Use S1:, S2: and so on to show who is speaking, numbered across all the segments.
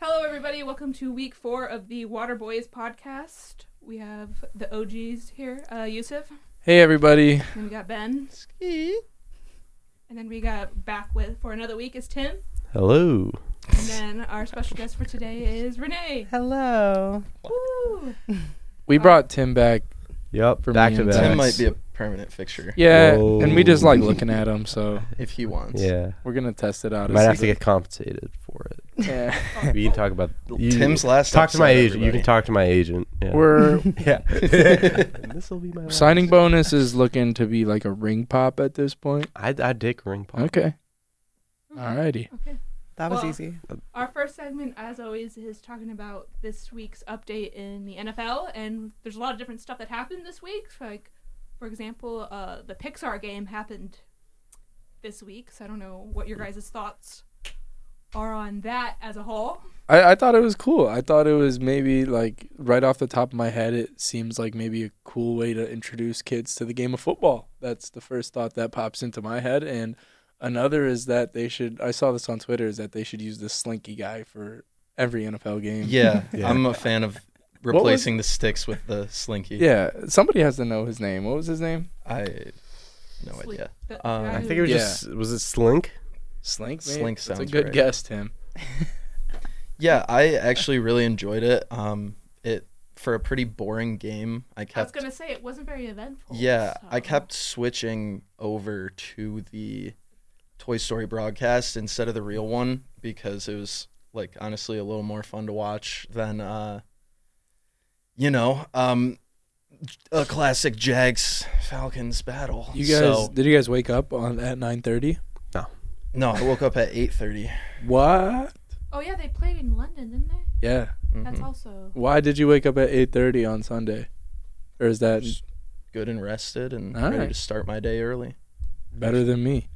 S1: Hello, everybody. Welcome to week four of the Water Boys podcast. We have the OGs here, uh, Yusuf,
S2: Hey everybody.
S1: and we got Ben, and then we got back with for another week is Tim,
S2: Hello.
S1: and then our special guest for today is Renee.
S3: Hello.
S1: Woo!
S2: We brought Tim back.
S4: Yep,
S2: For
S4: back
S2: me
S4: to
S2: and
S4: back.
S2: Tim
S5: Tim might be a permanent fixture
S2: Yeah,
S4: Whoa.
S2: and we just like looking at him, so
S5: if he wants.
S4: yeah,
S2: we're gonna test it out.
S4: might have to get compensated for it.
S2: Yeah,
S4: We can talk about you-
S5: Tim's last.
S4: Talk to my
S5: episode,
S4: agent. You can talk to my agent. Yeah.
S2: we're
S4: yeah. this will be my last.
S2: signing bonus is looking to be like a ring pop at this point.
S4: I I dick ring pop.
S2: Okay. Alrighty.
S1: Okay.
S3: That was
S1: Well-
S3: easy.
S1: Our first segment, as always, is talking about this week's update in the NFL, and there's a lot of different stuff that happened this week. Like, for example, uh, the Pixar game happened this week, so I don't know what your guys' thoughts are on that as a whole.
S2: I, I thought it was cool. I thought it was maybe like right off the top of my head, it seems like maybe a cool way to introduce kids to the game of football. That's the first thought that pops into my head. And another is that they should, I saw this on Twitter, is that they should use the slinky guy for every NFL game.
S5: Yeah,
S4: Yeah.
S5: I'm a fan of
S2: was-
S5: replacing the sticks with the slinky.
S2: Yeah. Somebody has to know his name. What was his name?
S5: I no
S1: Sleep.
S5: idea.
S1: The- the
S5: Um,
S1: guy
S4: I think
S1: who-
S4: it was
S2: Yeah.
S4: just was it Slink?
S2: Slink? maybe?
S5: Slink
S2: That's a
S5: sounds
S2: good
S5: right.
S2: guess, Tim.
S5: Yeah, I actually really enjoyed it. Um, it for a pretty boring game. I
S1: I was
S5: kept.
S1: gonna say it wasn't very
S2: Oh,
S1: eventful.
S5: Yeah, I
S1: so-
S5: kept switching over to the Toy Story broadcast instead of the real one because it was like honestly a little more fun to watch than uh you know, um a classic Jags Falcons battle.
S2: You guys,
S5: So,
S2: did you guys wake up on at 9.30?
S5: no, I woke up at 8:30.
S2: What?
S1: Oh yeah, they played in London, didn't they?
S2: Yeah.
S1: That's
S5: Mhm.
S1: also.
S2: Why did you wake up at 8.30 on Sunday? Or is that
S5: Just Good and rested and
S2: All
S5: ready
S2: right.
S5: to start my day early.
S2: better than me?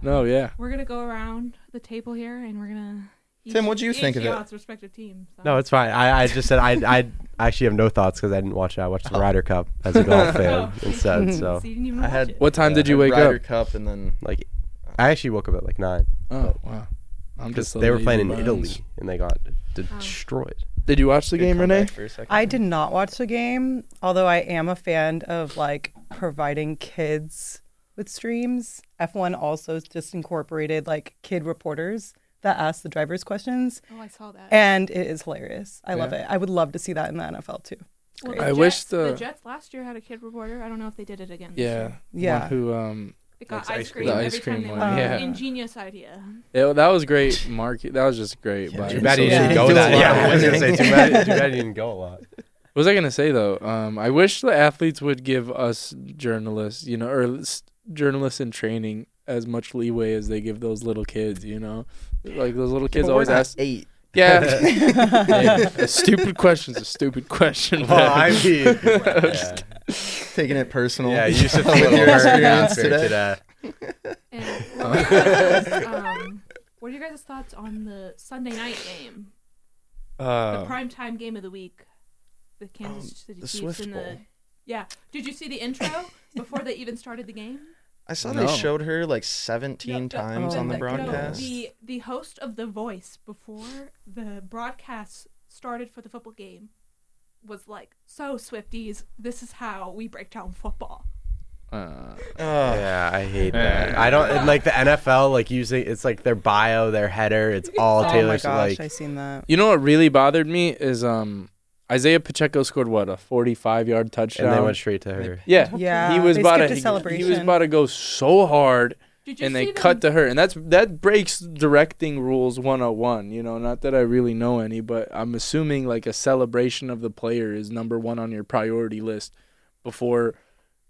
S2: no, yeah.
S1: We're gonna go around the table here, and we're gonna.
S5: Tim, what'd you think of it?
S1: y'all's respective teams.
S4: No, it's fine. I, I just said I I actually have no thoughts because I didn't watch it. I watched the Ryder Cup as a golf fan
S1: Oh.
S4: instead. So
S1: So you didn't even
S5: I
S1: watch
S5: had-
S1: it.
S2: What time
S5: Yeah,
S2: did
S5: I
S2: you
S5: had
S2: wake
S5: Ryder
S2: up?
S5: Cup and then
S4: like, I actually woke up at like nine
S2: Oh wow! I'm
S4: because
S2: just a
S4: they were
S2: lazy
S4: playing in
S2: bones.
S4: Italy and they got destroyed.
S2: Did you watch the
S5: Good
S2: game, Renee?
S5: comeback for a second.
S3: I did not watch the game, although I am a fan of like providing kids with streams. F1 also just incorporated like kid reporters that ask the drivers questions,
S1: Oh, I saw that.
S3: and it is hilarious. I love
S2: Yeah.
S3: it. I would love to see that in the NFL too.
S1: Well,
S2: I wish
S1: Jets-
S2: the-
S1: Jets last year had a kid reporter. I don't know if they did it again. this
S2: Yeah.
S1: year.
S3: Yeah.
S2: One who um
S1: They got
S4: Makes
S1: ice,
S4: ice
S1: cream.
S4: cream.
S2: The
S1: every
S2: ice
S1: time
S2: cream
S1: they
S2: one,
S1: went.
S2: yeah.
S1: Ingenious idea.
S2: it- that was great mark that was just great.
S5: Yeah,
S2: but-
S4: Too bad he
S3: Yeah.
S4: didn't
S3: Yeah.
S4: go
S3: Do
S4: that.
S3: a lot.
S4: Yeah, I was gonna say too bad. Too bad he didn't go a lot.
S2: What was I gonna say though? Um, I wish the athletes would give us journalists, you know, or s- journalists in training as much leeway as they give those little kids. You know, like those little kids
S5: But we're
S2: always
S5: not
S2: ask.
S5: eight.
S2: Yeah. Yeah. stupid question's a stupid question.
S4: Well, I
S2: man.
S4: mean,
S5: Taking it personal.
S4: yeah, Yusuf
S5: with
S4: with
S5: your experience
S4: today.
S5: today.
S1: And what were your guys', um, what are your guys' thoughts on the Sunday night game, the
S2: Uh,
S1: prime time game of the week, the
S2: um,
S1: Kansas City
S5: the
S1: Chiefs
S5: Swift
S1: and the
S5: Bowl.
S1: yeah? Did you see the intro before they even started the game?
S5: I saw
S2: No.
S5: they showed her like 17
S1: No, oh, the-
S5: times on the
S3: no,
S5: broadcast.
S1: the the host of The Voice before the broadcast started for the football game was like, "So Swifties, this is how we break down football."
S2: uh,
S5: Ugh.
S4: Yeah, I hate that. I don't and, like the NFL. Like using it's like their bio, their header. It's all
S3: oh
S4: Taylor.
S3: my
S4: Swift,
S3: gosh, I
S4: like
S3: seen that.
S2: You know what really bothered me is um Isaiah Pacheco scored what a 45 yard touchdown.
S4: and they went straight to her.
S2: yeah,
S3: Yeah,
S2: He was
S3: they
S2: about
S3: skipped
S2: to
S3: a
S2: he-
S3: celebration.
S2: He was about to go so hard,
S1: Did you
S2: and
S1: see
S2: they
S1: them?
S2: cut to her, and that's that breaks directing rules 101. You know, not that I really know any, but I'm assuming like a celebration of the player is number one on your priority list before.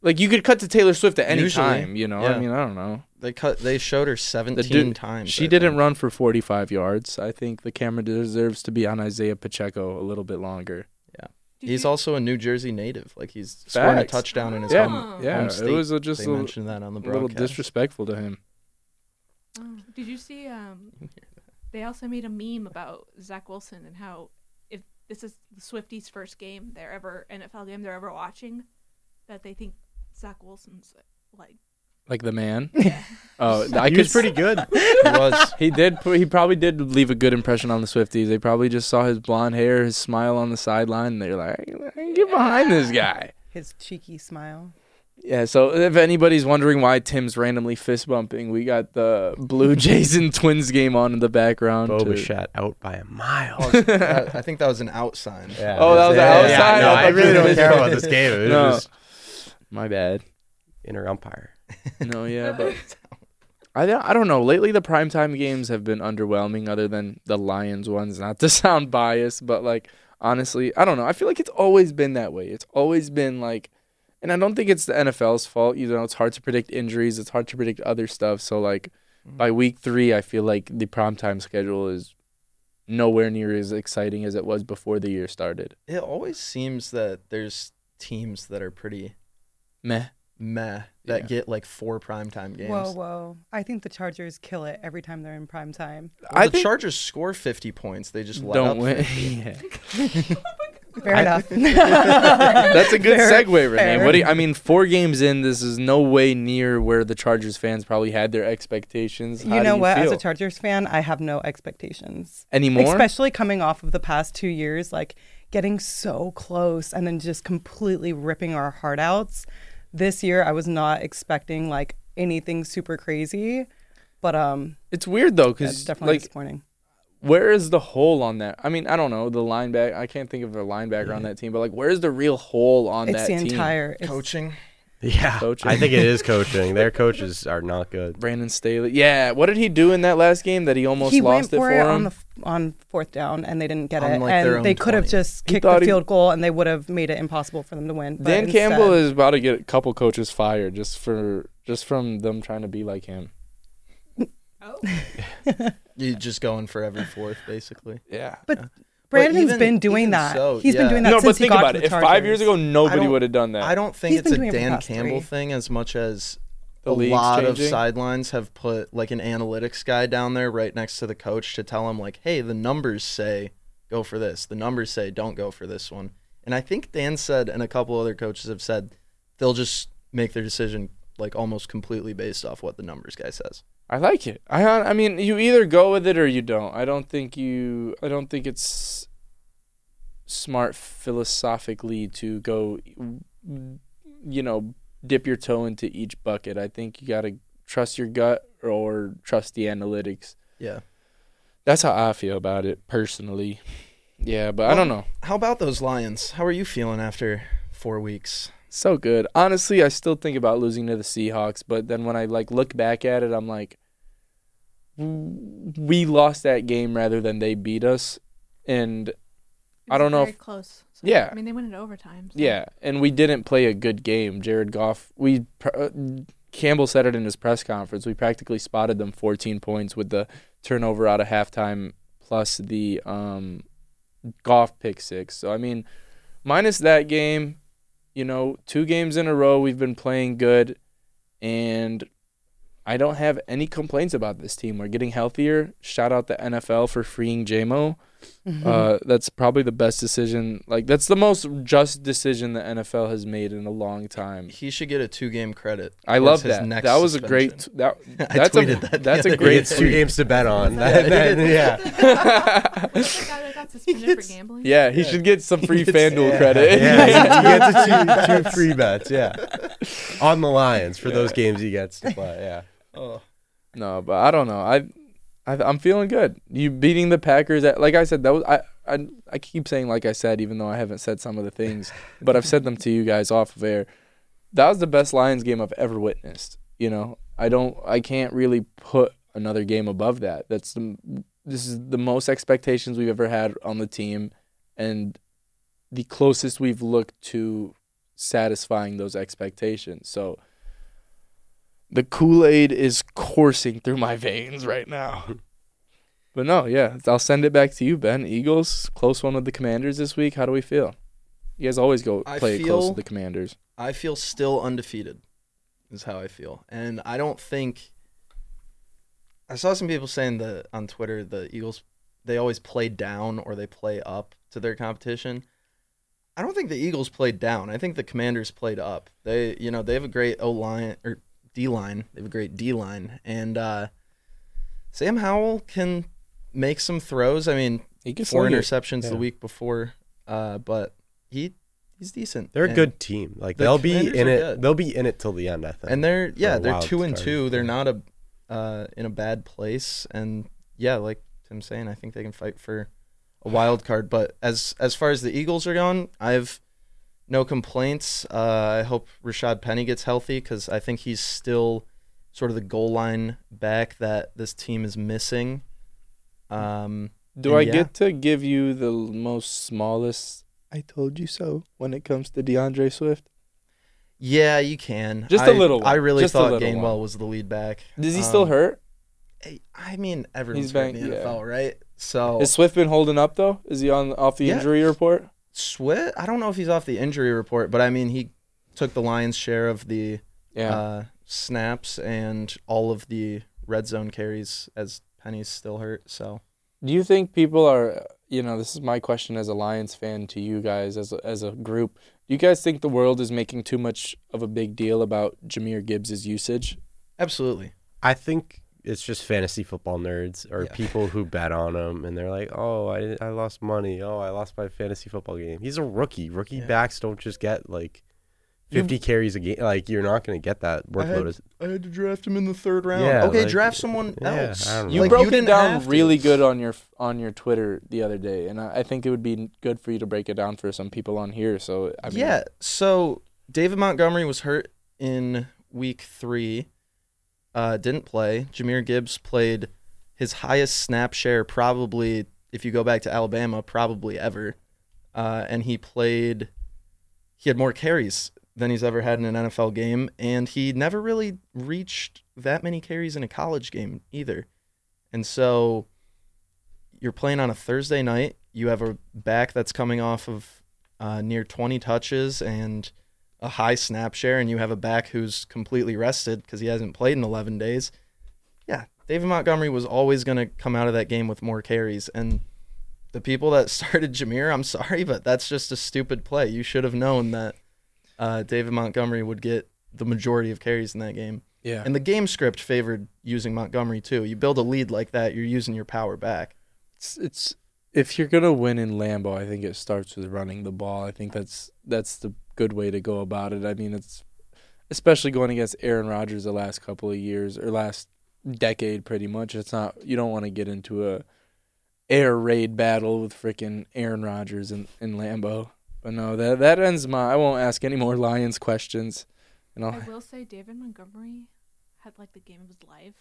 S2: Like you could cut to Taylor Swift at any
S5: Usually,
S2: time, you know. I
S5: yeah.
S2: mean, I don't know.
S5: They cut. They showed her 17
S2: dude-
S5: times.
S2: She
S5: I
S2: didn't
S5: think.
S2: run for 45 yards. I think the camera deserves to be on Isaiah Pacheco a little bit longer.
S1: Did
S5: He's
S1: you-
S5: also a New Jersey native. Like he's scored a
S2: Facts.
S5: touchdown in his
S2: Yeah,
S1: Oh.
S5: home.
S2: yeah.
S5: home
S2: It
S5: state.
S2: was a, just
S5: They
S2: a little,
S5: mentioned that on the
S2: a little
S5: broadcast.
S2: disrespectful to him.
S1: Oh, did you see? Um, they also made a meme about Zach Wilson and how if this is the Swifties' first game they're ever NFL game they're ever watching, that they think Zach Wilson's like
S2: like the man. oh, I
S4: he
S2: could
S4: was pretty good.
S5: He was.
S2: He did. pu- He probably did leave a good impression on the Swifties. They probably just saw his blonde hair, his smile on the sideline, and they're like, "I can "Get behind this guy."
S3: His cheeky smile.
S2: Yeah. So if anybody's wondering why Tim's randomly fist bumping, we got the Blue Jays and Twins game on in the background.
S4: Bo
S2: to-
S4: was shot out by a mile.
S5: Oh, that- I think that was an out sign.
S4: Yeah.
S2: Oh, that was
S4: Yeah,
S2: outside?
S4: yeah, no,
S2: I
S4: I really
S2: thought you
S4: don't care
S2: were-
S4: about this game. It was
S2: No.
S4: just
S2: My bad.
S4: inner umpire.
S2: No, yeah, but I don't, I don't know. Lately, the primetime games have been underwhelming, other than the Lions ones. Not to sound biased, but like honestly, I don't know. I feel like it's always been that way. It's always been like, and I don't think it's the NFL's fault. You know, it's hard to predict injuries. It's hard to predict other stuff. So like by week three, I feel like the primetime schedule is nowhere near as exciting as it was before the year started.
S5: It always seems that there's teams that are pretty
S2: Meh.
S5: meh that
S2: Yeah.
S5: get like four primetime games.
S3: Whoa, whoa. I think the Chargers kill it every time they're in prime time.
S5: Well,
S2: I
S5: the
S2: think
S5: Chargers score 50 points. They just let
S2: don't
S5: up
S2: win.
S5: 50.
S2: yeah.
S3: Fair
S2: I-
S3: enough.
S2: That's a good
S3: Fair,
S2: segue, Renee.
S3: fair.
S2: What do you, I mean, four games in, this is no way near where the Chargers fans probably had their expectations. How
S3: you
S2: do
S3: know what? As
S2: feel?
S3: a Chargers fan, I have no expectations.
S2: anymore?
S3: Especially coming off of the past two years, like getting so close and then just completely ripping our heart outs. This year, I was not expecting like anything super crazy, but um,
S2: it's weird though,
S3: that's
S2: because
S3: definitely
S2: like,
S3: disappointing.
S2: where is the hole on that? I mean, I don't know the linebacker. I can't think of a linebacker on that team, but like, where's the real hole on
S3: It's
S2: that
S3: the
S2: team?
S3: entire it's,
S5: Coaching.
S4: Yeah,
S2: Coaching.
S4: I think it is coaching. Their coaches are not good.
S2: Brandon Staley. Yeah, what did he do in that last game that he almost
S3: he
S2: lost
S3: went for
S2: it for
S3: it on
S2: him?
S3: the f- on fourth down and they didn't get
S5: On,
S3: it,
S5: like, their
S3: and they
S5: own
S3: could have
S5: 20.
S3: just
S2: He
S3: kicked
S2: thought he-
S3: the field goal and they would have made it impossible for them to win. but
S2: Dan
S3: instead-
S2: Campbell is about to get a couple coaches fired just for just from them trying to be like him.
S1: Oh,
S5: You just going for every fourth, basically.
S2: Yeah.
S3: Brandon's
S5: even-
S3: been doing
S5: even
S3: that.
S5: so,
S3: He's been
S5: yeah.
S3: doing that
S2: No,
S3: since
S2: but
S3: he
S2: think
S3: got
S2: about
S3: to
S2: it.
S3: the
S2: If five years
S3: Chargers.
S2: ago, nobody
S5: don't-
S2: would have done that.
S5: I don't think
S3: He's
S5: it's
S3: been
S5: a
S3: doing it for the
S5: Dan
S3: past
S5: Campbell
S3: three.
S5: thing as much as
S2: The
S5: a
S2: league's
S5: lot of
S2: changing.
S5: sidelines have put like an analytics guy down there right next to the coach to tell him like, hey, the numbers say go for this. The numbers say don't go for this one. And I think Dan said, and a couple other coaches have said, they'll just make their decision like almost completely based off what the numbers guy says.
S2: I like it. I hon- I mean, you either go with it or you don't. I don't think you. I don't think it's smart philosophically to go, you know, dip your toe into each bucket. I think you gotta trust your gut or trust the analytics.
S5: Yeah.
S2: That's how I feel about it personally. Yeah, but I don't know.
S5: How about those Lions? How are you feeling after four weeks?
S2: So good. Honestly, I still think about losing to the Seahawks, but then when I like look back at it, I'm like w- we lost that game rather than they beat us. And I don't know
S1: Very
S2: if-
S1: close. So,
S2: Yeah.
S1: I mean, they went into overtime. so-
S2: yeah, and we didn't play a good game. Jared Goff, we pr- uh, Campbell said it in his press conference. We practically spotted them 14 points with the turnover out of halftime plus the um Goff pick six. So I mean, minus that game, you know, two games in a row we've been playing good and I don't have any complaints about this team. We're getting healthier. Shout out the NFL for freeing JMO. Uh, that's probably the best decision. Like that's the most just decision the NFL has made in a long time.
S5: He should get a two game credit.
S2: I
S5: towards
S2: love
S5: his
S2: that.
S5: next
S2: That was a
S5: suspension.
S2: great. That
S5: I
S2: that's a
S5: tweeted that the
S2: that's a
S5: other
S2: great.
S4: It's two
S2: tweet.
S4: games to bet on. That- yeah.
S1: Was that the guy that got suspended for gambling?
S2: Yeah, he should get some free
S5: It's-
S2: FanDuel
S4: Yeah,
S2: credit.
S4: Yeah, he gets a two, two free bets. Yeah, on the Lions for those games he gets to play. Yeah,
S5: Oh.
S2: No, but I don't know. I, I I'm feeling good. You beating the Packers at like I said that was I I I keep saying like I said even though I haven't said some of the things, but I've said them to you guys off of air. That was the best Lions game I've ever witnessed. You know, I don't I can't really put another game above that. That's the this is the most expectations we've ever had on the team and the closest we've looked to satisfying those expectations. So the Kool Aid is coursing through my veins right now. But no, yeah, I'll send it back to you, Ben. Eagles, close one with the Commanders this week. How do we feel? You guys always go
S5: I
S2: play it close
S5: feel-
S2: with the Commanders.
S5: I feel still undefeated, is how I feel, and I don't think. I saw some people saying that on Twitter the Eagles they always play down or they play up to their competition. I don't think the Eagles played down. I think the Commanders played up. They you know they have a great O line or D line. They have a great D line, and uh, Sam Howell can make some throws. I mean,
S2: He can
S5: four
S2: sling it.
S5: interceptions
S4: Yeah.
S5: the week before, uh, but he he's decent.
S4: They're a
S5: And-
S4: good team. Like
S5: The
S4: they'll be
S5: Commanders
S4: in
S5: are
S4: it.
S5: good.
S4: They'll be in it till the end. I think.
S5: and they're yeah
S4: a
S5: they're
S4: wild
S5: two and
S4: card.
S5: two. They're not a uh, in a bad place, and yeah, like Tim's saying, I think they can fight for a wild card. But as as far as the Eagles are going, I've no complaints. Uh, I hope Rashad Penny gets healthy because I think he's still sort of the goal line back that this team is missing. Um,
S2: Do I
S5: Yeah.
S2: get to give you the l- most smallest? I told you so. When it comes to DeAndre Swift,
S5: yeah, you can
S2: Just a
S5: I-
S2: little one.
S5: I really
S2: Just a
S5: thought
S2: little one.
S5: Gainwell was the lead back.
S2: does he still
S5: Um,
S2: hurt?
S5: I- I mean, everyone's
S2: He's
S5: hurt in
S2: banged-
S5: the
S2: yeah.
S5: NFL, right? So
S2: Is Swift been holding up though? Is he on off the
S5: Yeah.
S2: injury report?
S5: Swift, I don't know if he's off the injury report, but I mean, he took the lion's share of the
S2: Yeah.
S5: uh, snaps and all of the red zone carries as Penny's still hurt. So
S2: Do you think people are, you know, this is my question as a Lions fan to you guys as a, as a group. Do you guys think the world is making too much of a big deal about Jameer Gibbs' usage?
S5: absolutely,
S4: I think it's just fantasy football nerds or
S5: Yeah.
S4: people who bet on him, and they're like, "Oh, I I lost money. Oh, I lost my fantasy football game." He's a rookie. Rookie
S5: Yeah.
S4: backs don't just get like
S2: You-
S4: fifty carries a game. Like you're not going to get that workload. Is
S5: I had to draft him in the third round.
S4: Yeah,
S5: okay,
S4: like-
S5: draft someone
S4: yeah,
S5: else.
S4: I don't
S2: You
S4: know.
S5: Like,
S2: broke it
S5: didn't
S2: down
S5: have to.
S2: really good on your on your Twitter the other day, and I, I think it would be good for you to break it down for some people on here. So I mean,
S5: yeah. So David Montgomery was hurt in week three, uh, didn't play. Jameer Gibbs played his highest snap share, probably, if you go back to Alabama, probably ever. Uh, and he played, he had more carries than he's ever had in an NFL game. And he never really reached that many carries in a college game either. And so you're playing on a Thursday night. You have a back that's coming off of uh, near 20 touches and a high snap share, and you have a back who's completely rested because he hasn't played in 11 days. Yeah, David Montgomery was always going to come out of that game with more carries. And the people that started Jameer, I'm sorry, but that's just a stupid play. You should have known that uh, David Montgomery would get the majority of carries in that game.
S2: yeah.
S5: And the game script favored using Montgomery too. You build a lead like that, you're using your power back.
S2: it's, it's if you're gonna win in Lambo, I think it starts with running the ball. I think that's that's the good way to go about it. I mean, it's especially going against Aaron Rodgers the last couple of years or last decade, pretty much. It's not you don't want to get into a air raid battle with freaking Aaron Rodgers in, in Lambo. But no, that that ends my. I won't ask any more Lions questions. And I'll,
S1: I will say David Montgomery had like the game of his life,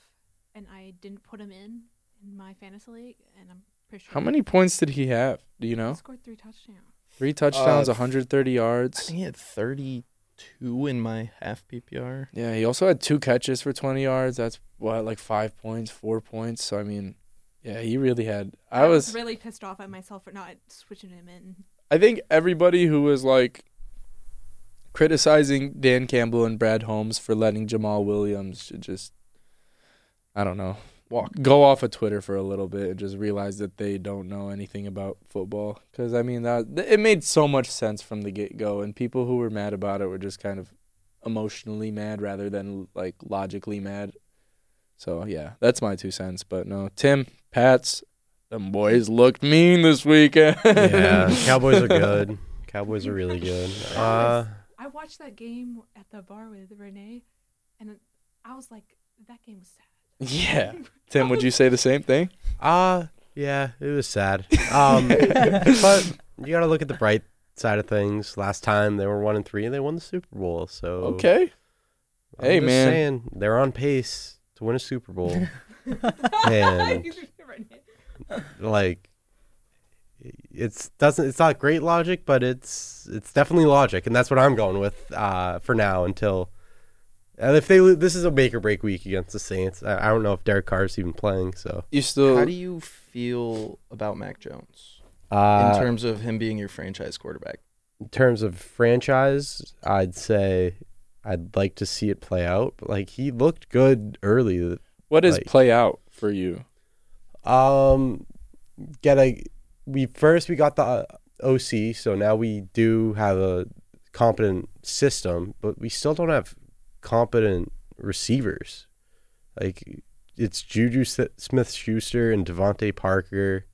S1: and I didn't put him in in my fantasy league, and I'm pretty sure
S2: how many points did he have? Do you
S1: He
S2: know?
S1: scored three touchdowns.
S2: Three touchdowns,
S5: Uh,
S2: 130
S5: I
S2: yards.
S5: think he had 32 in my half PPR.
S2: Yeah, he also had two catches for 20 yards. That's what like 5 points, 4 points. So I mean, yeah, he really had I was
S1: really pissed off at myself for not switching him in.
S2: I think everybody who was like criticizing Dan Campbell and Brad Holmes for letting Jamal Williams should just I don't know, walk go off of Twitter for a little bit and just realize that they don't know anything about football cuz I mean that it made so much sense from the get-go and people who were mad about it were just kind of emotionally mad rather than like logically mad. So yeah, that's my two cents, but no, Tim, Pats, them boys looked mean this weekend.
S4: yeah, Cowboys are good. Cowboys are really good. Uh,
S1: I watched that game at the bar with Renee, and I was like, that game was sad.
S2: Yeah. Tim, would you say the same thing?
S4: uh yeah, it was sad. Um, but you got to look at the bright side of things. Last time they were one and three, and they won the Super Bowl. So
S2: Okay.
S4: I'm
S2: Hey,
S4: just
S2: man.
S4: saying, they're on pace to win a Super Bowl. and
S1: Renee.
S4: like it's doesn't it's not great logic, but it's it's definitely logic, and that's what I'm going with uh, for now until. And if they lo- this is a make or break week against the Saints, I, I don't know if Derek Carr's even playing. So
S2: You
S5: How
S2: still
S5: do you feel about Mac Jones
S4: uh,
S5: in terms of him being your franchise quarterback?
S4: in terms of franchise, I'd say I'd like to see it play out. But like he looked good early.
S2: what is
S4: like-
S2: play out for you?
S4: Um, get a we first we got the uh, OC, so now we do have a competent system, but we still don't have competent receivers. Like it's Juju Smith Schuster and Devontae Parker,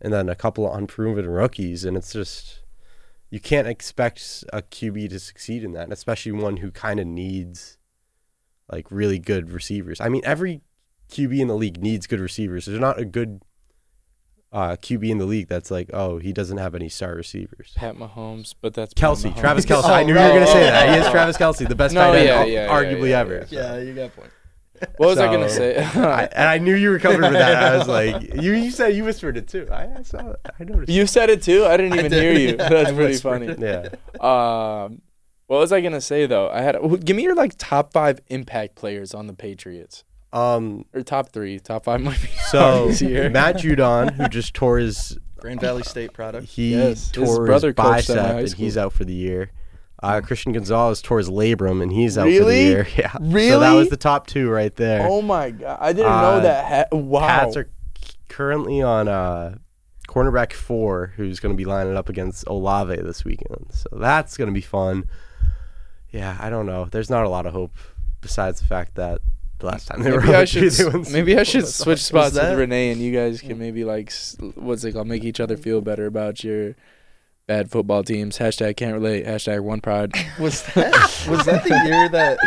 S4: and then a couple of unproven rookies. And it's just, you can't expect a QB to succeed in that, and especially one who kind of needs like really good receivers. I mean, every QB in the league needs good receivers. There's not a good uh, QB in the league that's like, oh, he doesn't have any star receivers.
S2: Pat Mahomes, but that's Pat
S4: Kelsey,
S2: Mahomes.
S4: Travis Kelsey.
S5: Oh,
S4: I knew you were
S5: no.
S4: going to say that. He is Travis Kelsey, the best
S2: No,
S4: tight end,
S2: yeah,
S4: al-
S2: yeah, yeah,
S4: arguably
S2: yeah,
S4: ever.
S5: Yeah, you got a point.
S2: What was I gonna
S4: So-
S2: say?
S4: I, and I knew you were coming for that. I was like, you, you said you whispered it too. I, I saw, I noticed.
S2: you said it too. I didn't even
S5: did,
S2: hear you.
S5: yeah,
S2: That's
S5: I
S2: pretty
S5: whispered
S2: funny.
S4: yeah.
S2: Um, what was I gonna say though? I had wh- give me your like top five impact players on the Patriots
S4: Um.
S2: or top three. Top five might be
S4: So
S2: hard this year.
S4: Matt Judon, who just tore his
S5: Grand Valley State product.
S4: he
S2: Yes, his
S4: tore his,
S2: brother coached them in
S4: bicep
S2: high
S4: and he's
S2: school.
S4: out for the year. Uh, Christian Gonzalez tore his labrum and he's out for the
S2: Really?
S4: year. Yeah. So that
S2: Really?
S4: was the top two right there.
S2: oh my god, I didn't
S4: Uh,
S2: know that. Ha- wow,
S4: Pats are c- currently on uh, cornerback four, who's going to be lining up against Olave this weekend. So that's going to be fun. Yeah, I don't know. There's not a lot of hope besides the fact that the last time they
S2: maybe
S4: were
S2: I
S4: on
S2: should
S4: the
S2: s- maybe I should switch spots
S5: that?
S2: with Renee and you guys can maybe like s- what's it called make each other feel better about your bad football teams. Hashtag can't relate. Hashtag one pride.
S5: Was that was that the year that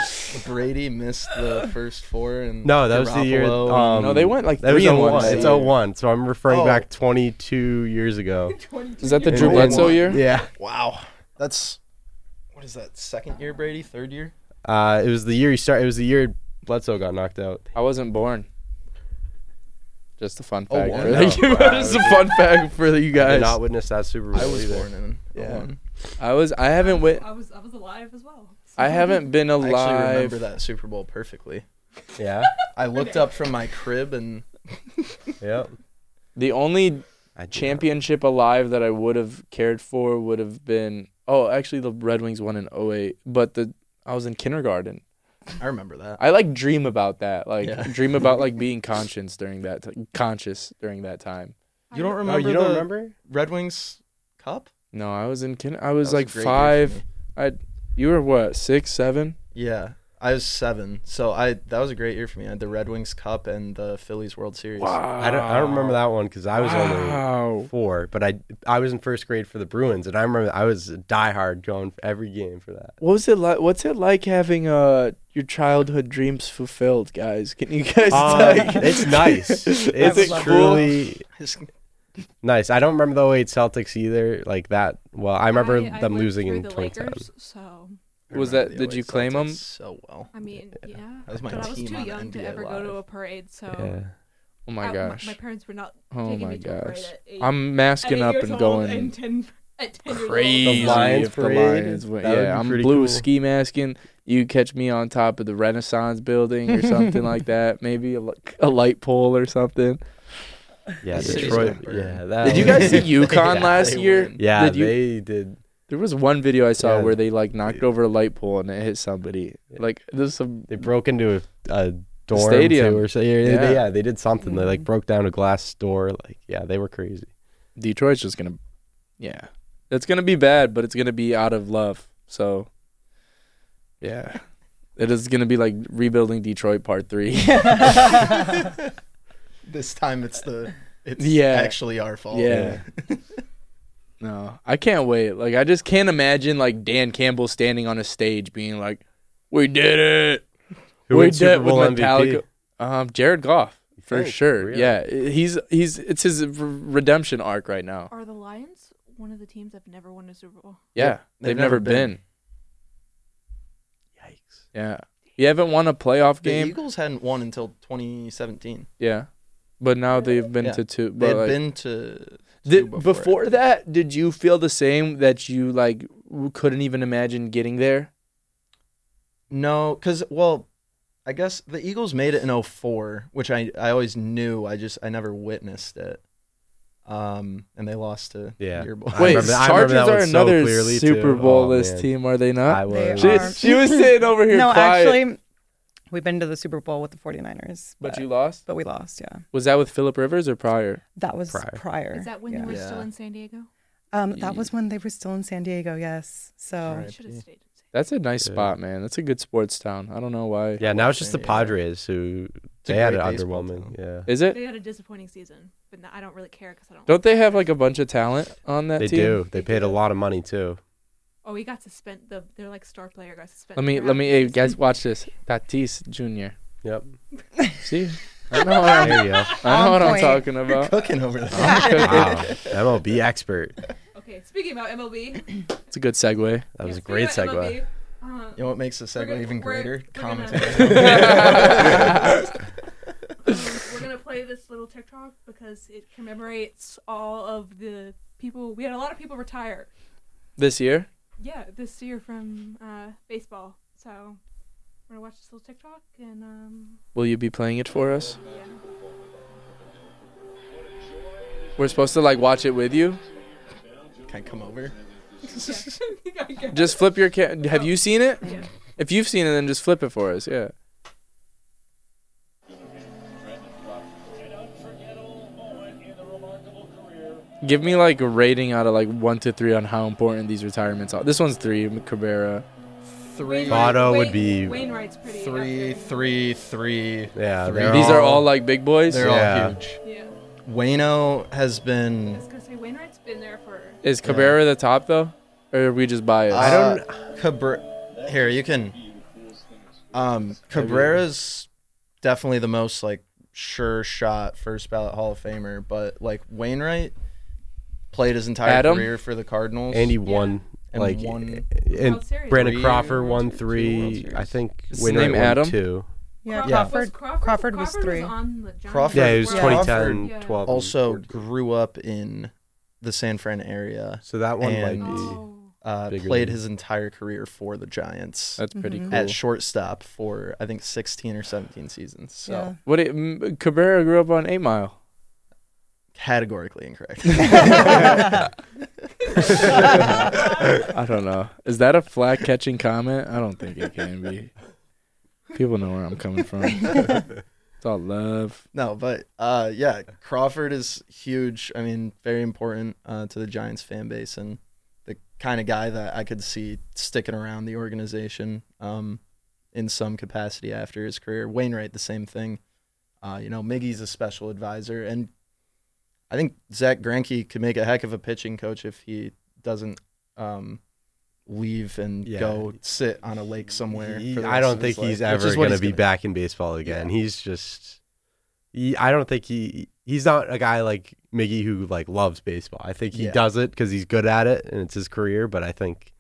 S5: Brady missed the first four and
S4: No, that was the year,
S5: Garoppolo
S4: um,
S5: and-
S2: no, they went like
S4: That was
S2: three and one.
S4: 01.
S2: that
S4: It's
S2: year.
S4: 01, so I'm referring
S5: Oh.
S4: back 22 years ago.
S2: Is that the
S4: In
S2: Drew
S4: one-
S2: Bledsoe year?
S4: Yeah.
S5: wow, that's what is that second year Brady, third year?
S4: Uh, it was the year he started. It was the year Bledsoe got knocked out.
S2: I wasn't born. Just a fun
S5: Oh,
S2: fact.
S5: wow.
S2: for
S5: No,
S2: you. Just a fun fact for you
S4: I did
S2: guys.
S4: not witness that Super Bowl.
S5: I was
S4: either.
S5: born in
S4: Yeah.
S5: yeah. one.
S2: I was. I haven't wit.
S1: I was I was alive as well.
S2: I haven't been
S5: I actually remember
S2: alive.
S5: that Super Bowl perfectly.
S4: Yeah.
S5: I looked up from my crib and
S4: yep.
S2: The only
S4: I did not.
S2: championship alive that I would have cared for would have been. Oh, actually, the Red Wings won in 08, but the I was in kindergarten.
S5: I remember that.
S2: I like dream about that. Like
S5: Yeah.
S2: dream about like being conscious during that t- conscious during that time.
S5: You don't
S4: Oh,
S5: remember
S4: you don't
S5: the
S4: remember?
S5: Red Wings Cup?
S2: No, I was in kin. I
S5: That
S2: was,
S5: a
S2: like
S5: great year for
S2: five.
S5: me.
S2: You were what six, seven?
S5: Yeah. I was seven, so I that was a great year for me. I had the Red Wings Cup and the Phillies World Series.
S2: Wow.
S4: I don't, I don't remember
S2: Ah.
S4: that one because I was only
S2: Wow.
S4: four, but I I was in first grade for the Bruins, and I remember I was diehard going for every game for that.
S2: What was it like? What's it like having uh your childhood dreams fulfilled, guys? Can you guys? like,
S4: Um, it's nice. It's
S2: it cool?
S4: truly
S5: His-
S4: nice. I don't remember the 08 Celtics either, like that. Well, I remember
S1: I
S4: them
S1: went
S4: losing
S1: through
S4: in
S1: the
S4: 2010.
S1: Lakers, so
S5: I
S2: Was
S5: remember
S2: that-
S5: the
S2: did you
S5: 08
S2: claim 'em?
S5: Celtics so well?
S1: I mean, yeah.
S5: That was my
S1: but I was
S5: team
S1: too
S5: on
S1: young to
S5: NBA
S1: ever go
S5: Live.
S1: to a parade, so
S4: Yeah.
S2: oh my
S1: I-
S2: gosh.
S1: my parents were not
S2: oh
S1: taking
S2: my
S1: me to a parade
S2: gosh.
S1: at eight-
S2: I'm
S1: at
S2: masking
S1: eight
S2: up
S1: years
S2: and
S1: old
S2: going
S1: and 10 at 10 years old.
S2: crazy.
S4: The Lions
S2: if the
S4: parade?
S2: Lions went-
S4: That would
S2: yeah,
S4: be
S2: I'm
S4: pretty
S2: blue
S4: cool.
S2: ski masking. You catch me on top of the Renaissance building or something like that. Maybe a, li- a light pole or something.
S4: Yeah,
S5: That city's
S4: Detroit.
S5: gonna
S4: Uh,
S5: burn.
S4: Yeah, that
S2: Did you
S4: was-
S2: guys see UConn
S5: Yeah,
S2: last
S5: they
S2: year?
S5: win.
S4: Yeah,
S2: Did you-
S4: they did.
S2: There was one video I saw
S4: Yeah.
S2: where they like knocked over a light pole and it hit somebody. Like there's some
S4: They broke into a, a dorm
S2: stadium.
S4: too, or so. Yeah, they-
S2: Yeah.
S4: They, yeah, they did something. They
S1: Mm.
S4: like broke down a glass door. Like, yeah, they were crazy.
S2: Detroit's just gonna, yeah, it's gonna be bad, but it's gonna be out of love. So, yeah, it is gonna be like rebuilding Detroit Part Three.
S5: This time it's the it's
S2: Yeah.
S5: actually our fault.
S2: Oh, yeah. no, I can't wait. Like I just can't imagine like Dan Campbell standing on a stage being like, "We did it.
S4: Who
S2: we
S4: won
S2: did
S4: Super
S2: it with
S4: Bowl
S2: Metallica."
S4: MVP?
S2: Um, Jared Goff for
S4: think?
S2: sure.
S4: Really?
S2: Yeah, he's he's it's his r- redemption arc right now.
S1: Are the Lions one of the teams that have never won a Super Bowl?
S2: Yeah, they've, never, been.
S4: Yikes!
S2: Yeah, you haven't won a playoff
S5: The
S2: game.
S5: Eagles hadn't won until 2017.
S2: Yeah. But now they've been
S5: Yeah.
S2: to two. But
S5: They had
S2: like,
S5: been to
S2: did-
S5: two
S2: before,
S5: before it.
S2: that, did you feel the same that you like w- couldn't even imagine getting there?
S5: no, because well, I guess the Eagles made it in 04, which I I always knew. I just I never witnessed it. Um, and they lost to
S4: Yeah.
S5: Dearborn.
S4: I
S2: Wait,
S4: remember that- I remember
S2: Chargers
S4: that
S2: are
S4: one so
S2: another
S4: clearly, too.
S2: Super Bowl
S4: Oh,
S2: list
S4: man.
S2: team, are they
S4: I
S2: not?
S4: was.
S3: They
S2: She,
S3: are.
S2: she was sitting over here
S3: no,
S2: quiet,
S3: actually, we've been to the Super Bowl with the 49ers, but,
S2: but you lost.
S3: but we lost. Yeah,
S2: Was that with Philip Rivers or Pryor?
S3: that was
S4: Prior.
S3: prior.
S1: Is that when
S3: yeah.
S1: they were
S5: Yeah.
S1: still in San Diego?
S3: Um, that
S2: Ye-
S3: was when they were still in San Diego. Yes, so
S5: All
S1: I
S5: right.
S1: should have
S5: yeah.
S1: stayed in San
S2: That's a nice
S4: Yeah.
S2: spot, man. That's a good sports town. I don't know why.
S4: Yeah, now it's just the
S5: Yeah.
S4: Padres who
S5: It's a
S4: they had an
S5: great baseball
S4: underwhelming.
S5: town.
S4: Yeah,
S2: Is it?
S1: They had a disappointing season, but no, I don't really care because I don't.
S2: Don't they have like a bunch of talent on that
S4: they
S2: team?
S4: do. They paid a lot of money too.
S1: Oh, he got suspended. The their like star player got suspended.
S2: Let me
S1: for
S2: let me hey,
S1: half the
S2: guys
S1: season.
S2: watch this. Tatis Jr.
S4: Yep.
S2: See, I know what, I'm,
S4: There you
S2: I
S4: go.
S2: know
S3: On
S2: what I'm
S3: point.
S2: talking about.
S5: Cooking over there.
S2: I'm cooking.
S4: Wow, MLB expert.
S1: Okay, speaking about MLB,
S2: It's a good segue.
S4: That was
S1: yeah,
S4: a great
S1: speaking about
S4: segue.
S1: MLB, uh,
S5: You know what makes the
S1: We're
S5: segue
S1: gonna-
S5: even
S1: we're-
S5: greater?
S1: we're gonna-
S5: Commentary.
S1: we're gonna play this little TikTok because it commemorates all of the people. We had a lot of people retire.
S2: This year,
S1: Yeah, this year from uh, baseball. So we're gonna watch this little TikTok and um,
S2: will you be playing it for us?
S1: yeah.
S2: We're supposed to like watch it with you.
S5: Can I come over?
S1: yeah.
S2: Just flip your cam. Have you seen it?
S1: Yeah.
S2: If you've seen it, then just flip it for us. Yeah. Give me like a rating out of like one to three on how important these retirements are. This one's three, Cabrera.
S5: Three,
S4: Wainwright. Votto would
S1: Wain-
S4: be-
S1: Wainwright's pretty. up
S5: three,
S1: there.
S5: three, three.
S4: Yeah,
S5: Three.
S4: they're
S2: These are all
S4: all-
S2: like big boys.
S5: They're
S4: Yeah.
S5: all huge.
S1: Yeah,
S5: Wayno has
S1: I
S5: been.
S1: was gonna say Wainwright's been there for.
S2: Is Cabrera the top though, or are we just biased?
S4: I don't-
S5: Uh, Cabr- Here you can. Um, Cabrera's definitely the most like sure shot first ballot Hall of Famer, but like Wainwright played his entire
S2: Adam?
S5: career for the Cardinals.
S4: and he won
S5: And
S4: like eh,
S5: won-
S4: and
S1: World Series.
S4: Brandon
S5: Three
S4: Crawford
S1: World
S4: won
S5: Series. Two
S4: three.
S5: World
S4: I
S5: Series.
S4: think
S2: Is his
S4: Wainwright
S2: name
S4: won
S2: Adam?
S4: two.
S3: Yeah,
S1: Crawford,
S4: Yeah.
S1: Was
S3: Crawford.
S1: Crawford,
S3: Crawford was three.
S1: on the Giants.
S5: Crawford-
S4: Yeah, he was
S5: Yeah.
S4: 2010,
S1: Yeah.
S4: 12. and
S5: also
S4: 14.
S5: grew up in the San Fran area.
S4: so that one might
S5: and-
S4: be.
S1: Oh.
S5: Uh,
S4: Bigger
S5: played
S4: than-
S5: his entire career for the Giants
S2: That's pretty
S4: Mm-hmm.
S3: Mhm.
S2: cool.
S5: at shortstop for I think 16 or 17 seasons. So
S3: Yeah.
S2: what it, m- Cabrera grew up on Eight Mile.
S5: categorically incorrect.
S2: I don't know. Is that a flag catching comment? I don't think it can be. People know where I'm coming from. it's all love.
S5: no, but uh, yeah, Crawford is huge. I mean, very important uh, to the Giants fan base and the kind of guy that I could see sticking around the organization um, in some capacity after his career. Wainwright, the same thing. Uh, you know, Miggy's a special advisor, and I think Zach Greinke could make a heck of a pitching coach if he doesn't um, leave and
S4: Yeah.
S5: go sit on a lake somewhere.
S4: He-
S5: for the
S4: I
S5: rest
S4: don't
S5: of his
S4: think he's
S5: life, which
S4: ever
S5: is what
S4: going to
S5: he's
S4: be
S5: gonna
S4: back in baseball again.
S5: Yeah.
S4: He's just, he, I don't think he he's not a guy like Miggy who like loves baseball. I think he
S5: Yeah.
S4: does it because he's good at it and it's his career. But I think,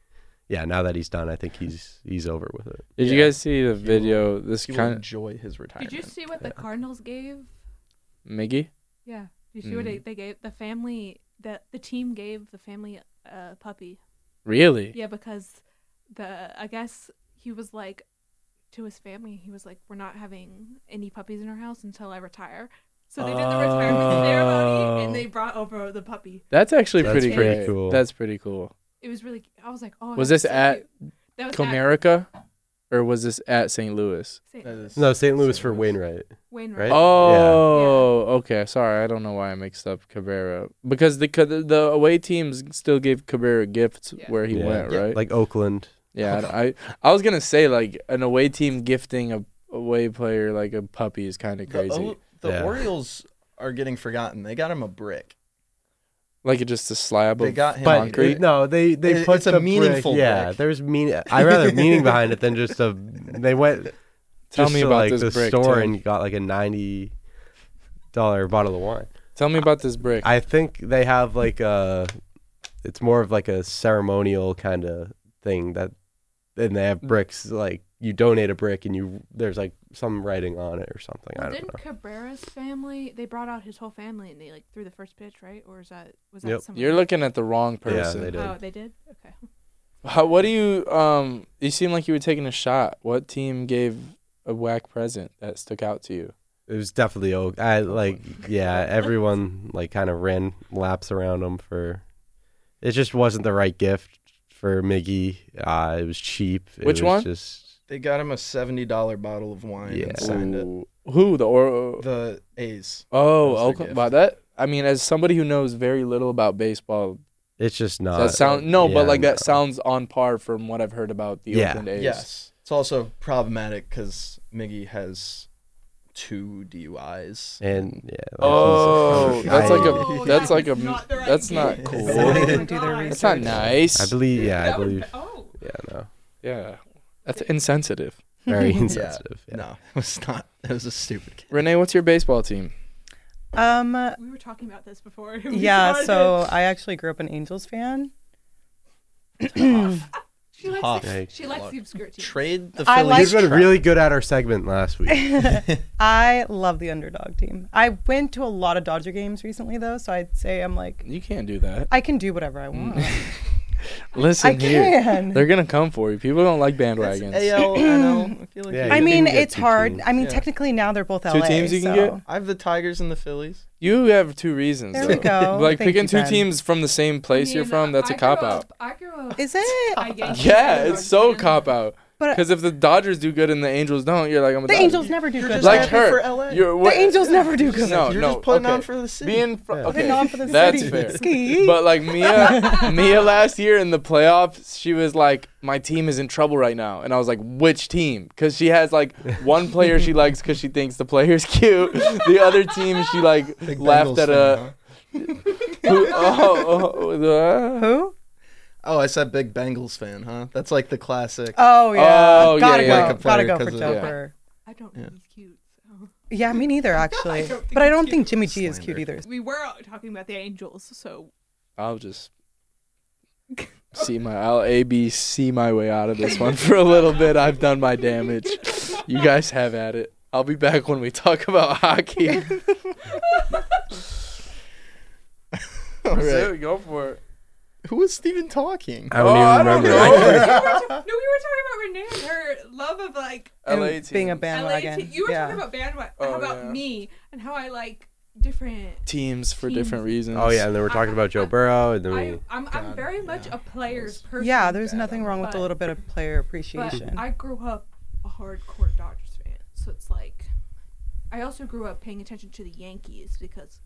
S4: yeah, now that he's done, I think he's he's over with it.
S2: Did you
S5: Yeah.
S2: guys see the video? This
S5: He will
S2: kind
S5: enjoy his retirement.
S1: Did you see what the Cardinals gave?
S2: of Miggy.
S1: Yeah. Did you see what
S2: Mm.
S1: they, they gave the family that the team gave the family a puppy?
S2: Really?
S1: Yeah, because the I guess he was like to his family, he was like, "We're not having any puppies in our house until I retire." So they did the retirement ceremony,
S4: Oh.
S1: and they brought over the puppy.
S2: That's actually
S4: That's
S2: pretty,
S1: pretty
S2: great.
S4: cool.
S2: That's pretty cool.
S1: It was really. I was like, "Oh."
S2: Was
S1: that's
S2: this
S1: so
S2: at
S1: cute. That was at
S2: Comerica, or was this at St. Louis?
S1: St.
S5: That is-
S4: No, St. Louis for
S5: Louis.
S4: Wainwright.
S1: Wainwright.
S4: Right?
S2: Oh, okay. Sorry, I don't know why I mixed up Cabrera because the the, the away teams still gave Cabrera gifts
S1: Yeah.
S2: where he
S4: Yeah.
S2: went,
S5: Yeah.
S2: right?
S4: Like Oakland.
S2: Yeah, I, I I was gonna say like an away team gifting a away player like a puppy is kind of
S5: The,
S2: crazy.
S5: O- the
S4: Yeah.
S5: Orioles are getting forgotten. They got him a brick.
S2: like it just a slab
S5: They
S2: of
S5: got him
S4: But
S5: a
S2: Concrete?
S5: brick.
S4: no, they they
S5: It-
S4: put
S5: it's a
S4: the brick-
S5: meaningful
S4: yeah,
S5: brick.
S4: there's meaning. I rather meaning behind it than just a. They went.
S2: Tell
S4: just
S2: me
S4: to,
S2: about
S4: like,
S2: this
S4: the
S2: brick,
S4: store
S2: Tim.
S4: and got like a ninety dollar bottle of wine.
S2: Tell me about this brick.
S4: I think they have like a. It's more of like a ceremonial kind of thing that, and they have
S2: Mm.
S4: bricks like you donate a brick and you there's like some writing on it or something.
S2: Oh,
S4: I
S1: Well,
S4: don't
S1: didn't
S4: know.
S1: Cabrera's family? They brought out his whole family and they like threw the first pitch, right? Or is that was that
S4: Yep.
S1: someone?
S2: You're looking at the wrong
S4: Yeah, they
S2: person.
S4: did.
S1: Oh, they did. Okay.
S2: How, what do you um? You seem like you were taking a shot. What team gave a whack present that stuck out to you?
S4: It was definitely oak. I
S2: Oh,
S4: like yeah. Everyone like kind of ran laps around him for. It just wasn't the right gift for Miggy. Uh, it was cheap. It
S2: Which
S4: was
S2: one?
S4: Just
S5: They got him a seventy dollar bottle of wine
S4: Yeah.
S5: and signed it.
S2: Ooh. Who the or
S5: The A's.
S2: oh
S5: That was their
S2: Oakland?
S5: gift.
S2: Wow, that I mean, as somebody who knows very little about baseball,
S4: It's just not.
S2: that sound no, but
S4: Uh, yeah,
S2: like
S4: no.
S2: that sounds on par from what I've heard about the
S4: Yeah.
S2: Oakland A's.
S5: Yes. It's also problematic because Miggy has two DUIs.
S4: And yeah. like,
S2: Oh,
S4: he's a-
S2: that's like
S4: I-
S2: a
S1: Oh,
S2: that's
S1: that
S2: like a
S1: was not the right
S2: that's
S1: game.
S2: not cool.
S1: Oh my
S3: They do their
S1: God.
S2: That's not
S3: Research.
S2: nice.
S4: I believe.
S1: That
S4: Yeah, I
S1: was-
S4: believe.
S1: Oh,
S4: Yeah, no.
S2: Yeah, that's insensitive.
S4: Very insensitive. Yeah.
S5: No, it was not. It was a stupid game.
S2: Renee, what's your baseball team?
S3: Um,
S1: we were talking about this before. We
S3: yeah,
S1: started.
S3: so I actually grew up an Angels fan.
S1: she likes
S5: Tough.
S1: the, she likes
S5: Look.
S1: the obscure team.
S5: Trade the
S3: I
S5: Phillies.
S3: like-
S4: He's been
S5: truck.
S4: really good at our segment last week.
S3: I love the underdog team. I went to a lot of Dodger games recently, though, so I'd say I'm like,
S2: You can't do that.
S3: I can do whatever I want.
S2: Mm. Listen
S3: I
S2: here,
S3: can.
S2: they're gonna come for you. People don't like
S5: That's
S2: bandwagons.
S5: AL, NL. I feel like
S4: Yeah, you
S5: you
S3: I
S5: can-
S4: can
S3: mean,
S4: get
S3: it's
S4: two
S3: hard.
S4: teams.
S3: I mean,
S5: Yeah.
S3: technically now they're both LA.
S2: teams you can
S3: so-
S2: get?
S5: I have the Tigers and the Phillies.
S2: You have two reasons.
S3: There we
S2: though.
S3: go.
S2: Like
S3: Thank
S2: picking
S3: you,
S2: two
S3: Ben.
S2: teams from the same place
S1: I
S2: you're
S1: mean,
S2: from. That's
S1: I
S2: a cop
S1: grew
S2: out.
S1: up- I grew up.
S3: Is it?
S1: I guess.
S2: Yeah, it's so cop out.
S3: But
S2: Because if the Dodgers do good and the Angels don't, you're like I'm a
S3: the
S2: Dodger.
S3: Angels never do
S5: You're
S3: good.
S5: just
S2: like
S5: happy
S3: though.
S2: her.
S5: for LA.
S2: You're,
S3: the Angels never do good.
S2: No,
S5: You're
S2: no.
S5: just putting
S2: okay.
S5: on for the city.
S2: being fr-
S4: Yeah.
S2: okay.
S3: Putting on for the
S2: That's
S3: city.
S2: fair.
S3: Ski.
S2: But like Mia, Mia last year in the playoffs, she was like, "My team is in trouble right now," and I was like, "Which team?" Because she has like one player she likes because she thinks the player's cute. The other team she like
S5: Big
S2: laughed
S5: Bengals
S2: at
S5: fan,
S2: a.
S5: huh?
S2: who- oh, oh, oh, uh,
S3: Who?
S5: Oh, I said big Bengals fan, huh? That's like the classic.
S3: Oh yeah,
S2: Oh,
S3: gotta
S2: yeah, yeah.
S5: Like a
S3: go, gotta
S5: player
S3: go
S5: 'cause
S3: for
S5: of-
S2: Yeah.
S3: Topher.
S1: I don't
S5: Yeah.
S1: think he's cute. So.
S3: Yeah. me neither, actually.
S1: don't think
S3: but I
S1: he's
S3: don't
S1: cute.
S3: think Jimmy G is cute
S5: Slander.
S3: either.
S1: We were talking about the Angels, so
S2: I'll just see my I'll A B C my way out of this one for a little bit. I've done my damage. You guys have at it. I'll be back when we talk about hockey.
S5: All right.
S2: Go for it.
S5: Who was Steven talking?
S4: I don't
S2: Oh,
S4: even
S2: I don't
S4: remember.
S2: know.
S1: no, we were talking about Renee and her love of like
S3: And
S2: LA
S3: being a
S2: teams.
S1: LA.
S3: bandwagon.
S1: T- you were
S3: yeah.
S1: talking about bandwagon,
S2: Oh,
S1: how about
S2: yeah.
S1: me and how I like different.
S2: teams for
S1: Teams.
S2: different reasons.
S4: oh yeah, and then we're talking about Joe Burrow, and then
S1: I,
S4: we.
S1: I'm I'm
S5: God,
S1: very much
S5: yeah.
S1: a player's person.
S3: yeah, there's
S5: bad
S3: nothing
S5: on
S3: wrong with a
S1: but-
S3: little bit of player
S1: But
S3: appreciation.
S1: I grew up a hardcore Dodgers fan, so it's like I also grew up paying attention to the Yankees because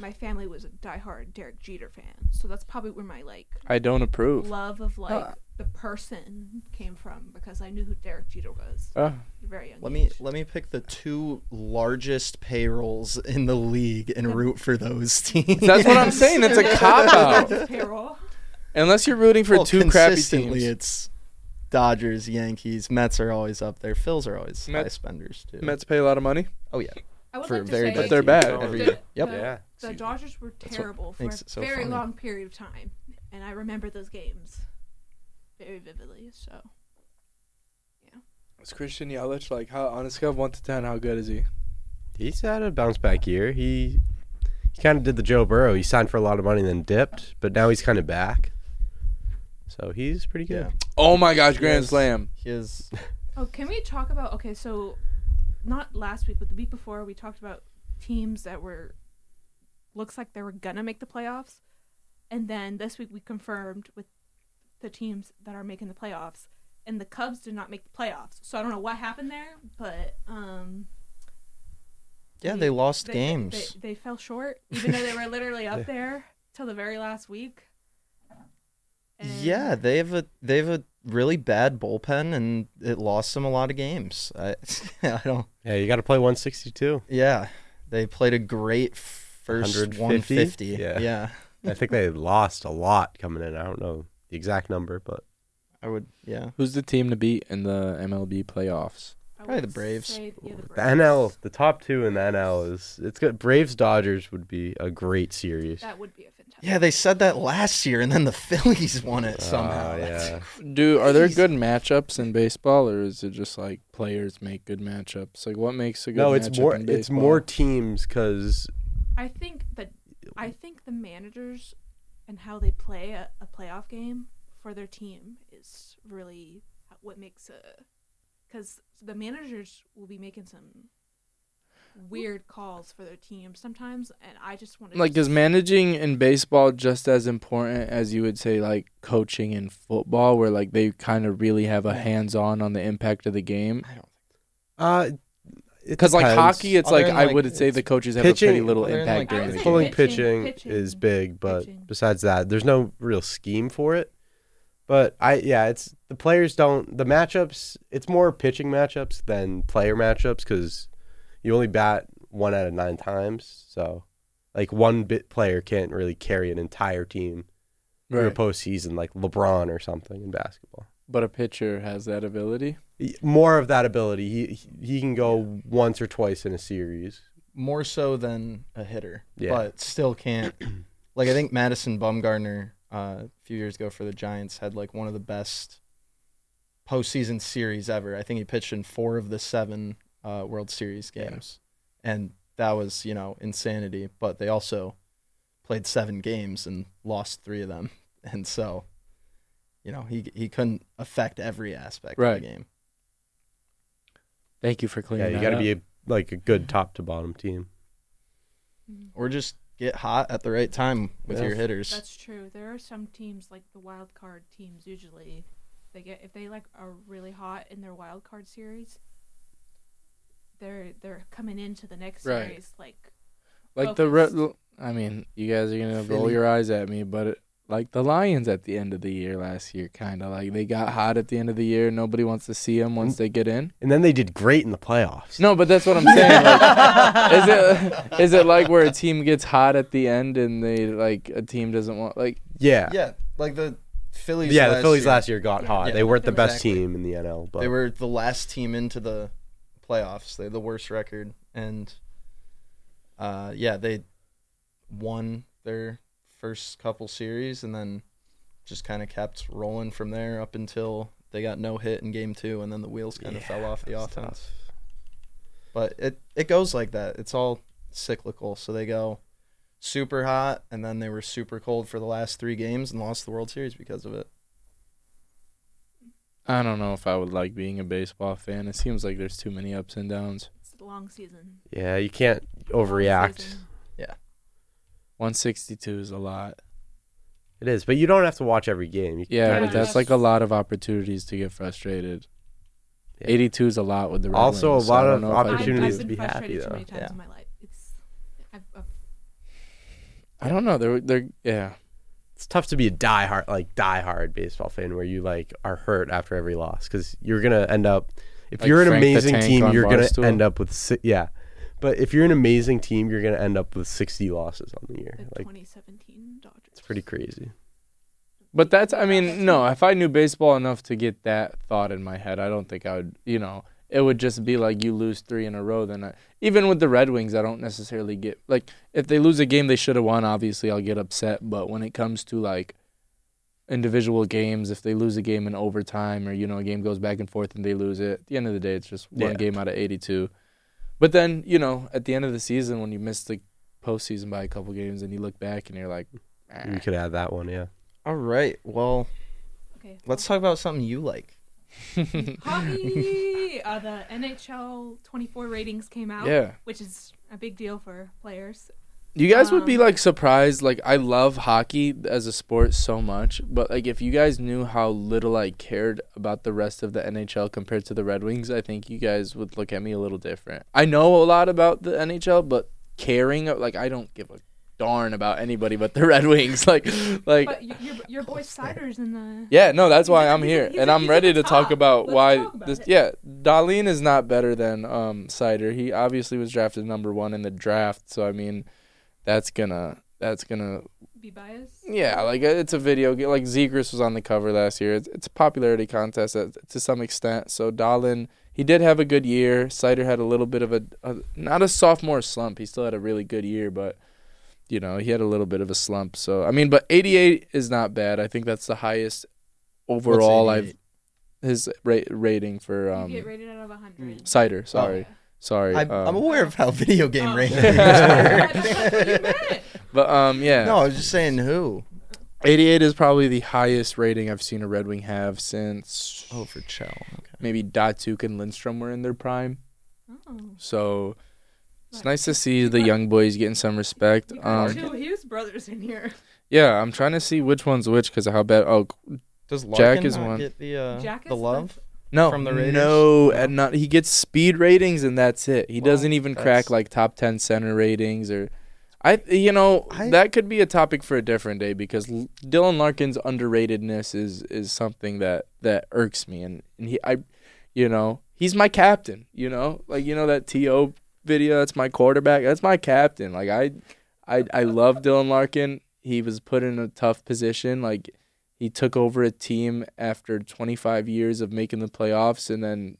S1: my family was a diehard Derek Jeter fan. So that's probably where my like
S2: I don't approve.
S1: love of like
S3: Uh.
S1: the person came from because I knew who Derek Jeter was
S5: Uh.
S2: Oh,
S1: at a very young.
S5: Let me
S1: age.
S5: let me pick the two largest payrolls in the league and root for those teams.
S2: that's what I'm saying. It's a cop out.
S1: Payroll.
S2: Unless you're rooting for
S5: Well,
S2: two crappy
S5: consistently,
S2: teams.
S5: It's Dodgers, Yankees, Mets are always up there. Phils are always high
S2: Mets-
S5: spenders too.
S2: Mets pay a lot of money.
S5: oh yeah,
S1: I would
S5: for
S1: like to
S5: very
S1: say
S5: bad.
S2: But they're
S5: teams.
S2: bad.
S5: every
S1: the,
S5: year. Yep.
S1: The,
S4: Yeah.
S1: the Dodgers were
S5: what
S1: terrible for a
S5: makes it so
S1: very
S5: funny.
S1: long period of time, and I remember those games very vividly. So
S2: Is Christian Yelich like how on a scale of one to ten, how good is he?
S4: He's had a bounce back year. He he kind of did the Joe Burrow. He signed for a lot of money, and then dipped, but now he's kind of back. So he's pretty good.
S5: Yeah.
S2: Oh my gosh, Grand
S5: Yes.
S2: Slam.
S5: He is
S1: Oh, can we talk about okay, so not last week, but the week before we talked about teams that were looks like they were gonna make the playoffs. And then this week we confirmed with the teams that are making the playoffs and the Cubs did not make the playoffs. So I don't know what happened there, but um
S5: yeah.
S1: They-
S5: They lost
S1: they,
S5: games.
S1: They, they fell short even though they were literally up there till the very last week. And-
S5: yeah, they have a they have a really bad bullpen, and it lost them a lot of games. I I don't.
S4: Yeah, you got to play 162.
S5: Yeah, they played a great first
S4: 150?
S5: 150.
S4: Yeah.
S5: yeah.
S4: I think they lost a lot coming in. I don't know the exact number, but
S5: I would. Yeah.
S2: Who's the team to beat in the MLB playoffs?
S1: I
S5: Probably the
S1: would
S5: Braves.
S1: say, yeah,
S4: the
S1: Braves.
S4: NL, the top two in the NL is it's good. Braves Dodgers would be a great series.
S1: That would be a fantastic
S5: Yeah, they said that last year, and then the Phillies won it somehow.
S4: Oh,
S5: That's-
S4: yeah.
S2: Dude, are there
S5: Jeez.
S2: good matchups in baseball, or is it just like players make good matchups? Like, what makes a good?
S4: No, it's
S2: matchup
S4: more
S2: in
S4: it's
S2: baseball?
S4: more teams because
S1: I think that I think the managers and how they play a, a playoff game for their team is really what makes a because the managers will be making some weird calls for their team sometimes, and I just want to
S2: Like, is managing in baseball just as important as you would say, like coaching in football, where like they kind of really have a hands on on the impact of the game?
S5: I don't.
S4: Uh,
S2: Because like hockey, it's
S5: Other
S2: like
S5: than,
S2: I
S5: like,
S2: would say the coaches have a pretty
S4: pitching-
S2: little
S5: other than,
S2: impact
S5: like,
S2: during the
S1: I'd
S2: game.
S1: say
S4: pulling pitching,
S1: Pitching,
S4: is
S1: pitching,
S4: big, but
S1: pitching.
S4: besides that, there's no real scheme for it. But I, yeah, it's the players don't the matchups. It's more pitching matchups than player matchups because you only bat one out of nine times. So, like one bit player can't really carry an entire team through a
S2: Right.
S4: postseason, like LeBron or something in basketball.
S2: But a pitcher has that ability.
S4: Y- More of that ability, he he- he can go once or twice in a series.
S5: more so than a hitter,
S4: Yeah.
S5: but still can't. like I think Madison Bumgarner uh, a few years ago for the Giants had like one of the best postseason series ever. I think he pitched in four of the seven uh, World Series games, and that was you know insanity. But they also played seven games and lost three of them, and so you know he he couldn't affect every aspect of
S2: Right.
S5: the game.
S2: Thank you for clearing
S4: Yeah, you
S2: that
S4: got to
S2: up.
S4: be a, like a good top to bottom team.
S5: Or just get hot at the right time with
S2: Yeah.
S5: your hitters.
S1: That's true. There are some teams like the wild card teams usually they get if they like are really hot in their wild card series, they're they're coming into the next
S2: Right.
S1: series like
S2: like the
S1: focused.
S2: re- I mean, you guys are gonna roll
S5: Philly.
S2: your eyes at me, but it, like the Lions at the end of the year last year, kind of like they got hot at the end of the year. Nobody wants to see them once they get in.
S4: And then they did great in the playoffs.
S2: No, but that's what I'm saying. Like, is it is it like where a team gets hot at the end and they like a team doesn't want like
S4: Yeah. Yeah,
S5: Yeah, like the Phillies.
S4: the
S5: last
S4: Phillies
S5: year,
S4: last year got hot.
S5: Yeah,
S4: they weren't the best
S5: exactly.
S4: team in the NL, but
S5: They were the last team into the playoffs. They had the worst record, and uh, yeah, they won their first couple series, and then just kind of kept rolling from there up until they got no hit in game two, and then the wheels kind of fell off the
S4: that's
S5: offense.
S4: tough.
S5: But it it goes like that. It's all cyclical. So they go super hot, and then they were super cold for the last three games and lost the World Series because of it.
S2: I don't know if I would like being a baseball fan. It seems like there's too many ups and downs.
S1: it's a long season.
S4: Yeah, you can't
S1: Long
S4: overreact.
S1: season.
S2: 162 is a lot.
S4: It is, but you don't have to watch every game. You
S2: Yeah,
S1: Yeah,
S2: but that's
S1: that's-
S2: like a lot of opportunities to get frustrated.
S4: Yeah.
S2: 82 is a lot with the Red
S4: Also a
S2: Wings, so I
S4: lot
S2: don't
S4: of
S2: know if I could
S1: I've,
S2: do
S4: opportunities
S1: I've
S4: to
S1: been
S4: be happy,
S1: frustrated too
S4: though.
S1: many times
S5: Yeah.
S1: in my life. It's I've, I've
S2: I don't know. They're they're yeah.
S4: it's tough to be a diehard like diehard baseball fan where you like are hurt after every loss because you're gonna end up if
S2: Like
S4: you're an
S2: Frank the
S4: amazing
S2: Tank
S4: team
S2: on
S4: you're gonna
S2: Barstool?
S4: end up with si- yeah, but if you're an amazing team you're gonna end up with 60 losses on the year.
S1: the
S4: Like
S1: 2017 Dodgers.
S4: it's pretty crazy.
S2: But that's I mean, no, if I knew baseball enough to get that thought in my head, I don't think I would, you know, it would just be like you lose 3 in a row then I, even with the Red Wings, I don't necessarily get like if they lose a game they should have won, obviously I'll get upset, but when it comes to like individual games, if they lose a game in overtime or you know, a game goes back and forth and they lose it, at the end of the day it's just one
S4: Yeah.
S2: game out of 82. But then, you know, at the end of the season when you miss the postseason by a couple games and you look back and you're like "Ah."
S4: You could add that one, yeah.
S5: All right. Well,
S1: Okay.
S5: let's talk about something you like.
S2: "Ah."
S1: hockey. uh, the NHL 24 ratings came out,
S2: yeah.
S1: which is a big deal for players.
S2: You guys would be
S1: Um,
S2: like surprised. Like I love hockey as a sport so much, but like if you guys knew how little I cared about the rest of the NHL compared to the Red Wings, I think you guys would look at me a little different. I know a lot about the NHL, but caring like I don't give a darn about anybody but the Red Wings. Like, like
S1: But y- your your boy Sider's in the
S2: yeah, no, that's why
S1: He's a-
S2: I'm
S1: he's a-
S2: here,
S1: he's
S2: and
S1: a-
S2: I'm
S1: he's a
S2: ready
S1: good
S2: to talk
S1: top.
S2: about
S1: Let's
S2: why
S1: talk about
S2: this.
S1: it.
S2: Yeah, Darlene is not better than um Cider. He obviously was drafted number one in the draft, so I mean, that's gonna that's gonna
S1: be biased.
S2: yeah, like uh, it's a video game. Like Zegers was on the cover last year. It's, it's a popularity contest at, to some extent. So Dahlin, he did have a good year. Cider had a little bit of a, a not a sophomore slump. He still had a really good year, but you know he had a little bit of a slump. So I mean, but 88 is not bad. I think that's the highest overall I've
S5: 88?
S2: his ra- rating for
S1: You
S2: um
S1: get rated out of 100.
S2: Cider. Sorry, sorry.
S5: I, Oh.
S2: um,
S5: I'm aware of how video game
S1: Oh.
S5: ratings
S1: Yeah,
S5: work.
S1: that's what you meant.
S2: but um yeah.
S5: No, I was just saying who.
S2: 88 is probably the highest rating I've seen a Red Wing have since
S5: Oh, for Chell. Okay.
S2: maybe Datsuk and Lindstrom were in their prime.
S1: Oh.
S2: So it's
S1: Right.
S2: nice to see the young boys getting some respect.
S1: You got
S2: Um,
S1: two Hughes brothers in here.
S2: yeah, I'm trying to see which one's which because of how bad. Oh,
S5: Does
S2: Jack
S5: Larkin
S2: is
S5: not
S2: one.
S5: get the uh,
S1: Jack is
S5: the love?
S2: No,
S5: from the Raiders?
S2: no, and not he gets speed ratings and that's it. He
S5: Well,
S2: doesn't even crack
S5: that's-
S2: like top ten center ratings or, I you know
S5: I-
S2: that could be a topic for a different day because L- Dylan Larkin's underratedness is is something that that irks me and and he I, you know he's my captain. You know like you know that to video that's my quarterback that's my captain. Like I, I I love Dylan Larkin. He was put in a tough position like he took over a team after 25 years of making the playoffs and then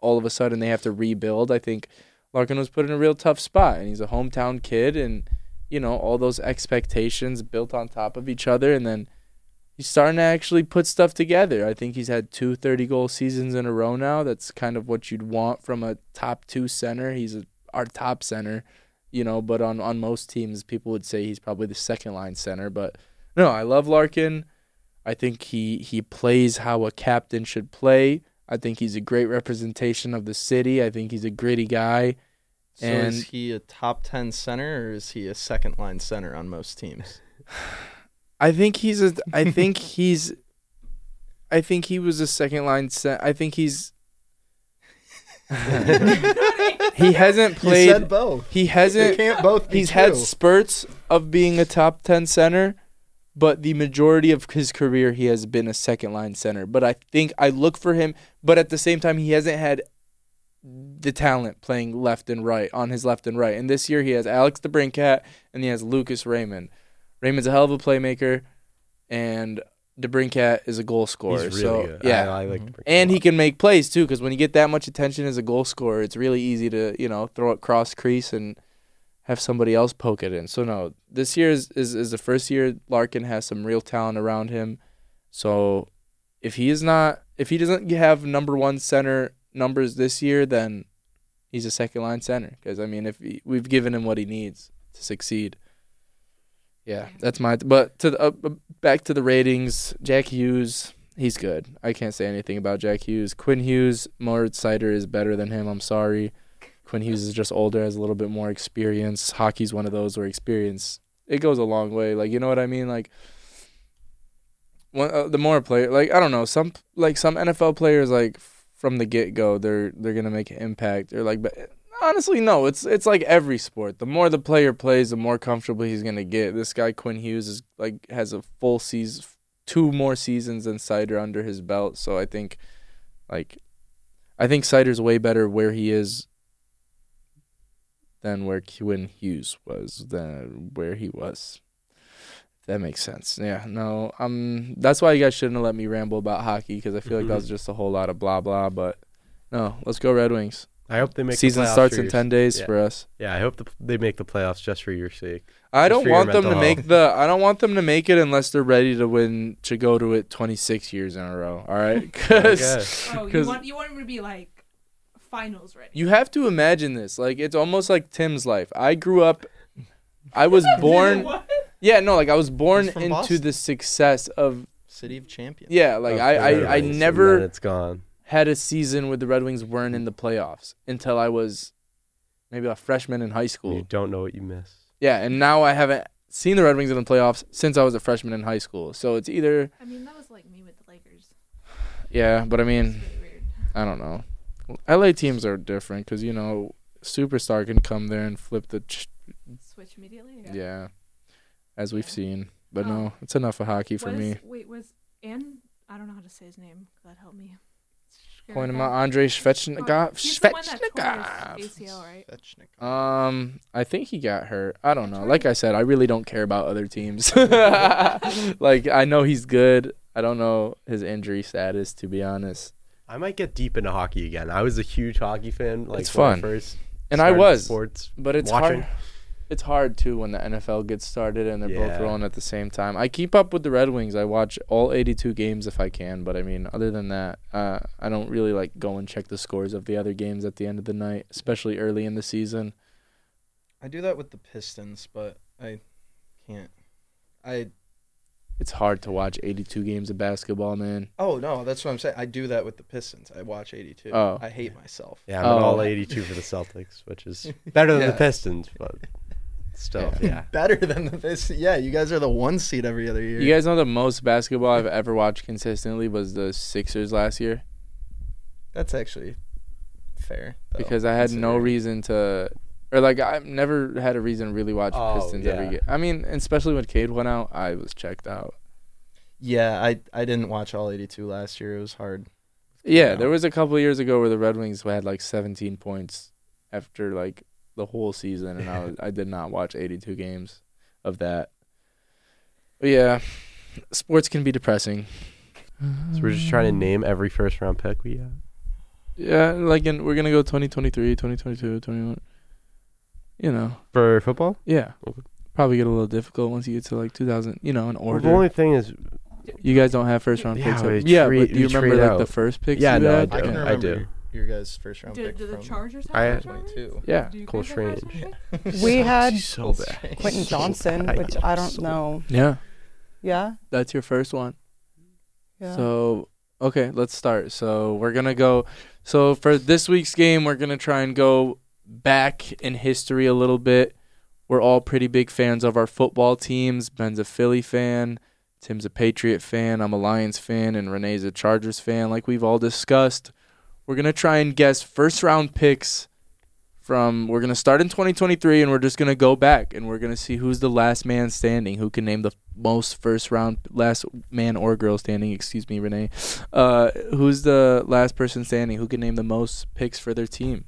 S2: all of a sudden they have to rebuild i think larkin was put in a real tough spot and he's a hometown kid and you know all those expectations built on top of each other and then he's starting to actually put stuff together i think he's had two 30 goal seasons in a row now that's kind of what you'd want from a top two center he's a, our top center you know but on, on most teams people would say he's probably the second line center but no i love larkin I think he he plays how a captain should play. I think he's a great representation of the city. I think he's a gritty guy.
S5: So
S2: And-
S5: is he a top ten center or is he a second line center on most teams?
S2: I think he's a I think he's I think he was a second line cent. I think he's he hasn't played
S5: both.
S2: he hasn't
S5: can't both.
S2: he's had spurts of being a top 10 center but the majority of his career he has been a second line center but i think i look for him but at the same time he hasn't had the talent playing left and right on his left and right and this year he has alex the Brincat and he has lucas raymond raymond's a hell of a playmaker and the Brincat is a goal scorer
S4: He's
S2: so
S4: really good.
S2: yeah
S4: I, I like to bring
S2: and
S4: him
S2: he
S4: up.
S2: can make plays too, because when you get that much attention as a goal scorer, it's really easy to you know throw it cross crease and have somebody else poke it in. So no, this year is is, is the first year Larkin has some real talent around him. So if he is not, if he doesn't have number one center numbers this year, then he's a second line center. Because I mean, if he, we've given him what he needs to succeed. Yeah, that's my. But to the, uh, uh, back to the ratings, Jack Hughes, he's good. I can't say anything about Jack Hughes. Quinn Hughes, Moritz Sider is better than him. I'm sorry. Quinn Hughes is just older, has a little bit more experience. Hockey's one of those where experience it goes a long way. Like you know what I mean? Like one, uh, the more a player, like I don't know, some like some NFL players like f- from the get go, they're they're gonna make an impact. They're like, but honestly, no. It's it's like every sport. The more the player plays, the more comfortable he's gonna get. This guy Quinn Hughes is like has a full season, two more seasons than Cider under his belt. So I think, like, I think Cider's way better where he is than where Quinn Hughes was than where he was. If That makes sense. Yeah. No. Um. That's why you guys shouldn't have let me ramble about hockey because I feel like that was just a whole lot of blah blah. But no, let's go Red Wings.
S4: I hope they make the
S2: Season
S4: playoffs
S2: starts
S4: for
S2: in
S4: your-
S2: ten days
S4: yeah.
S2: for us.
S4: Yeah, I hope the, they make the playoffs just for your sake.
S2: I
S4: Just
S2: don't
S4: for your
S2: want them to
S4: mental
S2: make
S4: health.
S2: the. I don't want them to make it unless they're ready to win to go to it twenty six years in a row. All right,
S4: Okay.
S2: because
S1: Oh, you want you want him to be like finals ready.
S2: you have to imagine this. Like it's almost like Tim's life. I grew up. I was born.
S1: What?
S2: Yeah, no, like I was born
S5: He's from
S2: into
S5: Boston.
S2: the success of.
S5: City of Champions.
S2: Yeah, like
S4: Of
S2: I,
S4: the Red
S2: I, I
S4: Wings, and then
S2: never
S4: It's gone.
S2: had a season where the Red Wings weren't in the playoffs until I was maybe a freshman in high school.
S4: You don't know what you miss.
S2: Yeah, and now I haven't seen the Red Wings in the playoffs since I was a freshman in high school. So it's either
S1: I mean, that was like me with the Lakers.
S2: yeah, but I mean,
S1: It's really weird.
S2: I don't know. LA teams are different because you know superstar can come there and flip the ch-
S1: Switch immediately.
S2: yeah. as we've seen. But
S1: Oh.
S2: no, it's enough of hockey for
S1: Was-
S2: me.
S1: Wait, was and I don't know how to say his name. God help me. Oh,
S2: Point him out, Andre Svechnikov.
S1: He's the one that tore
S2: Svechnikov.
S1: his ACL, right?
S5: Fetchnik.
S2: Um, I think he got hurt. I don't know.
S1: That's
S2: Like I said, I really don't care about other teams. like I know he's good. I don't know his injury status to be honest.
S4: I might get deep into hockey again. I was a huge hockey fan. Like
S2: It's
S4: when I
S2: fun.
S4: first
S2: And I
S4: started
S2: was,
S4: sports,
S2: but it's
S4: watching.
S2: hard. It's hard too when the NFL gets started and they're both
S4: Yeah.
S2: rolling at the same time. I keep up with the Red Wings. I watch all 82 games if I can, but I mean, other than that, uh, I don't really like go and check the scores of the other games at the end of the night, especially early in the season.
S5: I do that with the Pistons, but I can't. I
S2: It's hard to watch 82 games of basketball, man.
S5: oh no, that's what I'm saying. I do that with the Pistons. I watch 82.
S2: Oh.
S5: I hate myself.
S4: Yeah, I'm an
S2: Oh.
S4: all 82 for the Celtics, which is better than
S5: Yeah.
S4: the Pistons, but still, yeah.
S5: Better than the Pistons. Yeah, you guys are the one seed every other year.
S2: You guys know the most basketball I've ever watched consistently was the Sixers last year.
S5: That's actually fair. though,
S2: because I had no
S5: considering-
S2: reason to, or like I've never had a reason to really watch
S4: Oh,
S2: Pistons every
S4: yeah.
S2: game. I mean, especially when Cade went out, I was checked out.
S5: Yeah, I I didn't watch all 82 last year. It was hard.
S2: Yeah,
S5: Yeah.
S2: there was a couple of years ago where the Red Wings had like 17 points after like the whole season, and I was, I did not watch 82 games of that. But yeah, sports can be depressing.
S4: So we're just trying to name every first round pick we got.
S2: Yeah, like in, we're gonna go 2023, 2022, 21. You know,
S4: For football?
S2: yeah,
S4: Okay.
S2: probably get a little difficult once you get to like 2000. You know, in
S4: Well,
S2: order.
S4: the only thing is,
S2: You guys don't have first round
S4: Yeah,
S2: picks.
S4: we
S2: up- yeah,
S4: trade-
S2: but do you
S4: we
S2: remember
S4: trade
S2: like
S4: out.
S2: the first picks?
S4: Yeah,
S2: you
S4: no, I
S2: had?
S4: do.
S5: I can
S2: Okay.
S5: remember
S4: do.
S5: your guys' first round
S1: Did,
S5: pick
S1: did the
S5: from
S1: Chargers have
S4: I-
S1: first round picks?
S5: 22.
S2: Yeah.
S1: Do you
S4: Cole
S1: guys have first round picks?
S3: We had
S4: so bad.
S3: Quentin Johnson,
S4: bad.
S3: which I don't
S4: So
S3: know.
S2: Yeah,
S3: Yeah.
S2: that's your first one.
S3: Yeah.
S2: So okay, let's start. So we're gonna go. So for this week's game, we're gonna try and go back in history a little bit. We're all pretty big fans of our football teams. Ben's a Philly fan. Tim's a Patriot fan. I'm a Lions fan, and Renee's a Chargers fan. Like we've all discussed, we're gonna try and guess first round picks from. We're gonna start in 2023, and we're just gonna go back, and we're gonna see who's the last man standing, who can name the most first round, last man or girl standing. Excuse me, Renee. Uh, who's the last person standing? Who can name the most picks for their team?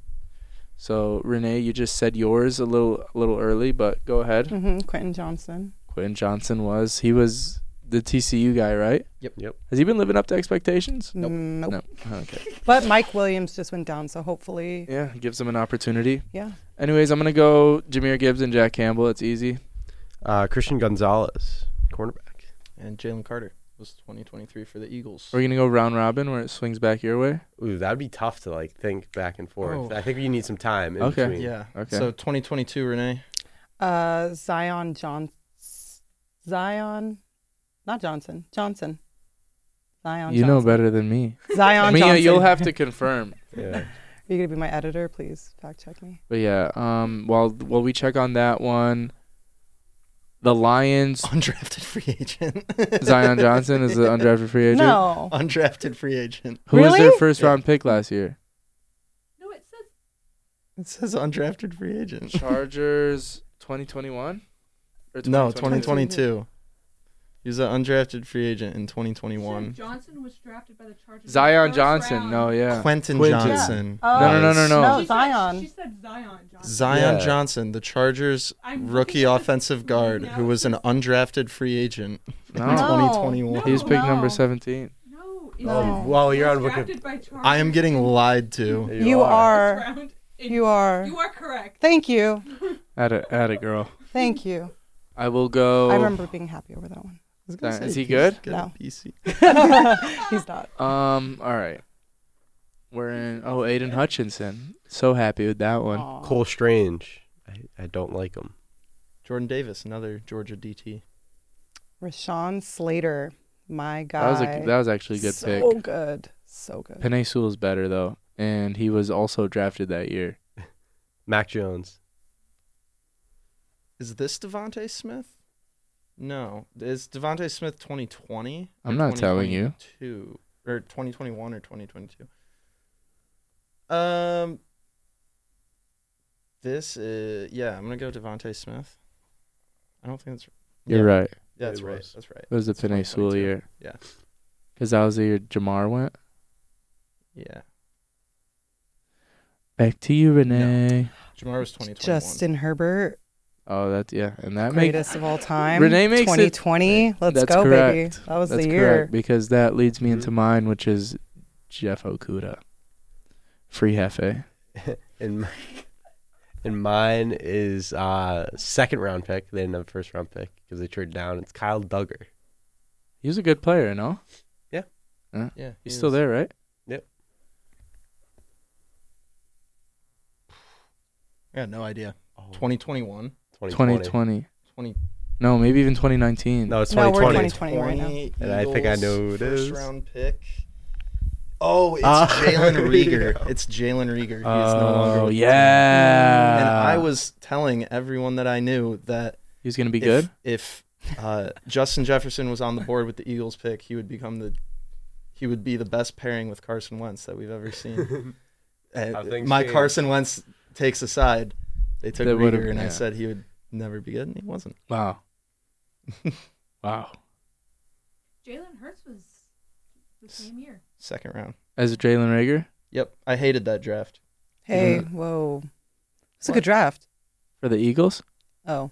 S2: So Renee, you just said yours a little a little early, but go ahead.
S3: hmm Quentin Johnson.
S2: Quentin Johnson was he was the TCU guy, right?
S5: Yep.
S4: Yep.
S2: Has he been living up to expectations?
S5: Nope.
S3: Mm, Nope.
S2: No. Okay.
S3: But Mike Williams just went down, so hopefully,
S2: Yeah, gives him an opportunity.
S3: yeah.
S2: Anyways, I'm gonna go Jameer Gibbs and Jack Campbell. It's easy.
S4: Uh, Christian Gonzalez, cornerback.
S5: And Jalen Carter was 2023 for the Eagles.
S2: We're gonna go round robin where it swings back your way.
S4: Ooh, that'd be tough to like think back and forth.
S5: Oh.
S4: I think you need some time. In
S2: Okay.
S4: Between.
S5: Yeah.
S2: Okay.
S5: So 2022, Renee.
S3: Uh, Zion Johnson. Zion, not Johnson. Johnson. Zion.
S2: You know
S3: Johnson.
S2: better than me.
S3: Zion
S2: Mia,
S3: Johnson.
S2: you'll have to confirm.
S4: Yeah.
S3: Are you gonna be my editor? Please fact check me.
S2: But yeah, um, while while we check on that one, the Lions
S5: Undrafted free agent.
S2: Zion Johnson is the undrafted free agent.
S3: No.
S5: Undrafted free agent.
S2: Who was their
S3: Really?
S2: first round pick last year?
S1: No, it says
S5: It says undrafted free agent.
S2: Chargers 2021?
S5: No,
S3: 2020.
S5: 2022. He was an undrafted free agent in
S1: it said
S5: 2021.
S1: Johnson was drafted by the Chargers. in the
S2: Zion
S1: first
S2: Johnson.
S1: round.
S2: No, yeah.
S5: Quentin,
S4: Quentin.
S5: Johnson.
S3: Yeah. Oh.
S2: No, no, no, no, no.
S1: She
S3: No, Zion.
S1: Said, she said Zion Johnson.
S5: Zion
S4: Yeah.
S5: Johnson, the Chargers
S1: I'm
S5: rookie
S1: looking at the
S5: offensive
S1: screen
S5: guard
S1: now.
S5: who was an undrafted free agent in
S2: No.
S3: No.
S5: 2021.
S2: He was picked
S3: No.
S2: number 17.
S1: No, it
S4: Oh,
S3: No.
S1: says
S4: well, you're on
S1: was
S4: Wikipedia.
S1: drafted by Chargers
S5: I am getting
S1: in
S5: lied to.
S3: You, are.
S1: first round in-
S3: You are.
S1: You are correct.
S3: Thank you.
S2: At a, at a girl.
S3: Thank you.
S2: I will go.
S3: I remember being happy over that one.
S2: Zion- Is he good?
S3: No.
S5: PC.
S3: He's not.
S2: Um, all right. We're in. Oh, Aiden Hutchinson. So happy with that one.
S3: Aw.
S4: Cole Strange. I, I don't like him.
S5: Jordan Davis, another Georgia DT.
S3: Rashawn Slater. My
S2: That
S3: guy.
S2: was a, that was actually a good
S3: so
S2: pick.
S3: good. So good.
S2: Panay Sewell's better though, and he was also drafted that year.
S4: Mac Jones.
S5: Is this Devonte Smith? No. Is Devonte Smith 2020?
S2: I'm not telling you.
S5: Two or 2021 or 2022. Um. This is yeah. I'm gonna go Devonte Smith. I don't think that's.
S2: You're
S5: yeah,
S2: right.
S5: Yeah, that's
S4: It
S5: right.
S4: was.
S5: That's right.
S2: It was the
S5: It's
S2: Panay Sewell
S5: 2022.
S2: year.
S5: Yeah.
S2: Because that was the year Jamar went.
S5: Yeah.
S2: Back to you, Renee.
S5: Jamar was 2021.
S3: Justin Herbert,
S2: Oh, that's yeah, and that makes
S3: greatest of all time.
S2: Renee makes it-
S3: 2020. Let's
S2: That's
S3: go, baby.
S2: correct.
S3: That was
S2: that's
S3: the year.
S2: correct because that leads me
S4: Mhm.
S5: Mm-hmm.
S2: into mine, which is Jeff Okuda, free Hefe.
S4: And my, and mine is uh second round pick. They didn't have a first round pick because they traded down. It's Kyle Duggar.
S2: He was a good player, no?
S5: Yeah.
S2: He's
S5: he
S2: still
S5: was-
S2: there, right?
S5: I got no idea.
S4: Oh,
S5: 2021.
S4: 2020.
S2: 2020.
S5: 20.
S2: No, maybe even 2019.
S4: No, it's
S3: No, we're
S4: 2020.
S3: 2020 right now.
S4: And I think I know who it
S5: first
S4: is.
S5: round pick. Oh, it's
S2: Uh,
S4: Ah,
S5: Jalen
S4: there you
S5: Rieger.
S4: go.
S5: It's Jalen Rieger. He's no longer.
S2: Oh
S5: with the
S2: yeah.
S5: team. And I was telling everyone that I knew that
S2: He was gonna be
S5: if,
S2: good.
S5: if uh, Justin Jefferson was on the board with the Eagles pick, he would become the he would be the best pairing with Carson Wentz that we've ever seen. And
S4: How things
S5: my
S4: change.
S5: Carson Wentz takes aside. They took
S2: They would've-
S5: Rieger, and I
S2: yeah.
S5: said he would never be good, and he wasn't.
S2: Wow. wow.
S1: Jalen Hurts was the same year.
S5: Second round.
S2: As Jalen Rager
S5: Yep, I hated that draft.
S3: Hey,
S2: Mhm.
S3: whoa. It's a
S5: What?
S3: good draft.
S2: for the Eagles?
S3: Oh,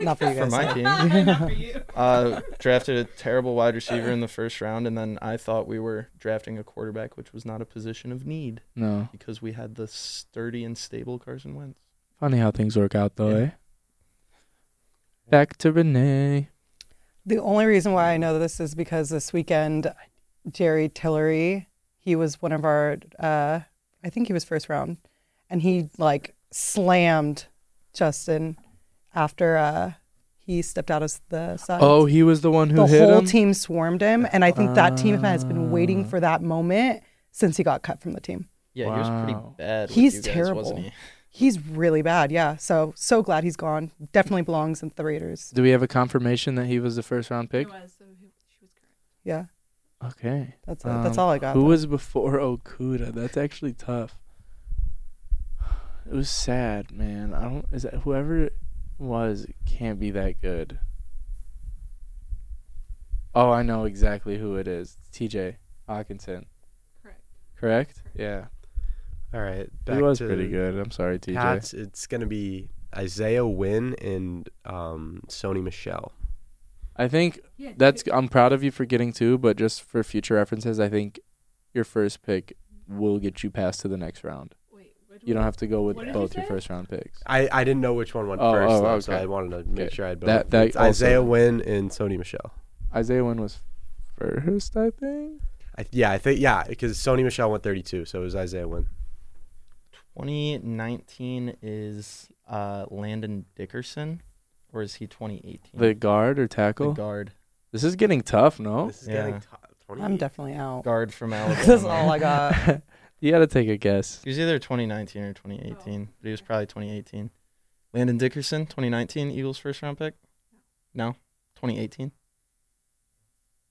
S3: not for you
S5: For
S3: guys.
S5: my team.
S1: Not for you.
S5: uh, drafted a terrible wide receiver in the first round, and then I thought we were drafting a quarterback, which was not a position of need
S2: No.
S5: because we had the sturdy and stable Carson Wentz.
S2: Funny how things work out though,
S5: Yeah.
S2: eh? Back to Renee.
S3: The only reason why I know this is because this weekend, Jerry Tillery, he was one of our, uh, I think he was first round, and he like slammed Justin after uh, he stepped out of the side.
S2: Oh, he was the one who
S3: the
S2: hit
S3: whole
S2: him. Ah.
S3: team swarmed him, and I think that team has been waiting for that moment since he got cut from the team.
S5: Yeah, he was
S2: Wow.
S5: pretty bad. with
S3: He's
S5: you guys,
S3: terrible.
S5: wasn't he?
S3: He's really bad, yeah. So so glad he's gone. Definitely belongs in the Raiders.
S2: Do we have a confirmation that he was the first round
S1: It
S2: pick?
S1: was, so he- she was correct.
S3: Yeah,
S2: Okay.
S3: that's it. that's
S2: Um,
S3: all I got.
S2: Who was before Okuda? That's actually tough. It was sad, man. I don't is that whoever it was can't be that good. Oh, I know exactly who it is. TJ Hawkinson.
S1: Correct.
S2: Correct? Yeah.
S4: All right.
S2: he was pretty good. I'm sorry, TJ.
S4: Pats, it's going to be Isaiah Wynn and um, Sony Michelle.
S2: I think
S1: Yeah,
S2: that's
S1: good.
S2: I'm proud of you for getting two, but just for future references, I think your first pick will get you past to the next round.
S1: Wait, what do
S2: You
S1: we-
S2: don't have to go with
S1: What did you
S2: both your
S1: say?
S2: first round picks.
S4: I, I didn't know which one went
S2: Oh,
S4: first,
S2: oh,
S4: though, so
S2: okay.
S4: I wanted to make
S2: Okay.
S4: sure I had both.
S2: That- that
S4: It's
S2: also-
S4: Isaiah Wynn and Sony Michelle.
S2: Isaiah Wynn was first, I think.
S4: I, yeah, I think yeah, because Sony Michelle went 32, so it was Isaiah Wynn.
S5: 2019 is uh, Landon Dickerson, or is he 2018?
S2: The guard or
S5: The
S2: tackle.
S5: guard,
S2: This is getting tough, no?
S4: This is
S5: Yeah.
S4: getting top 20.
S3: I'm definitely out.
S5: guard from
S3: That's all
S5: Alabama.
S3: I got.
S2: you got to take a guess.
S5: he was either 2019 or 2018, but he was probably 2018. Landon Dickerson, 2019 Eagles first round pick. No, 2018.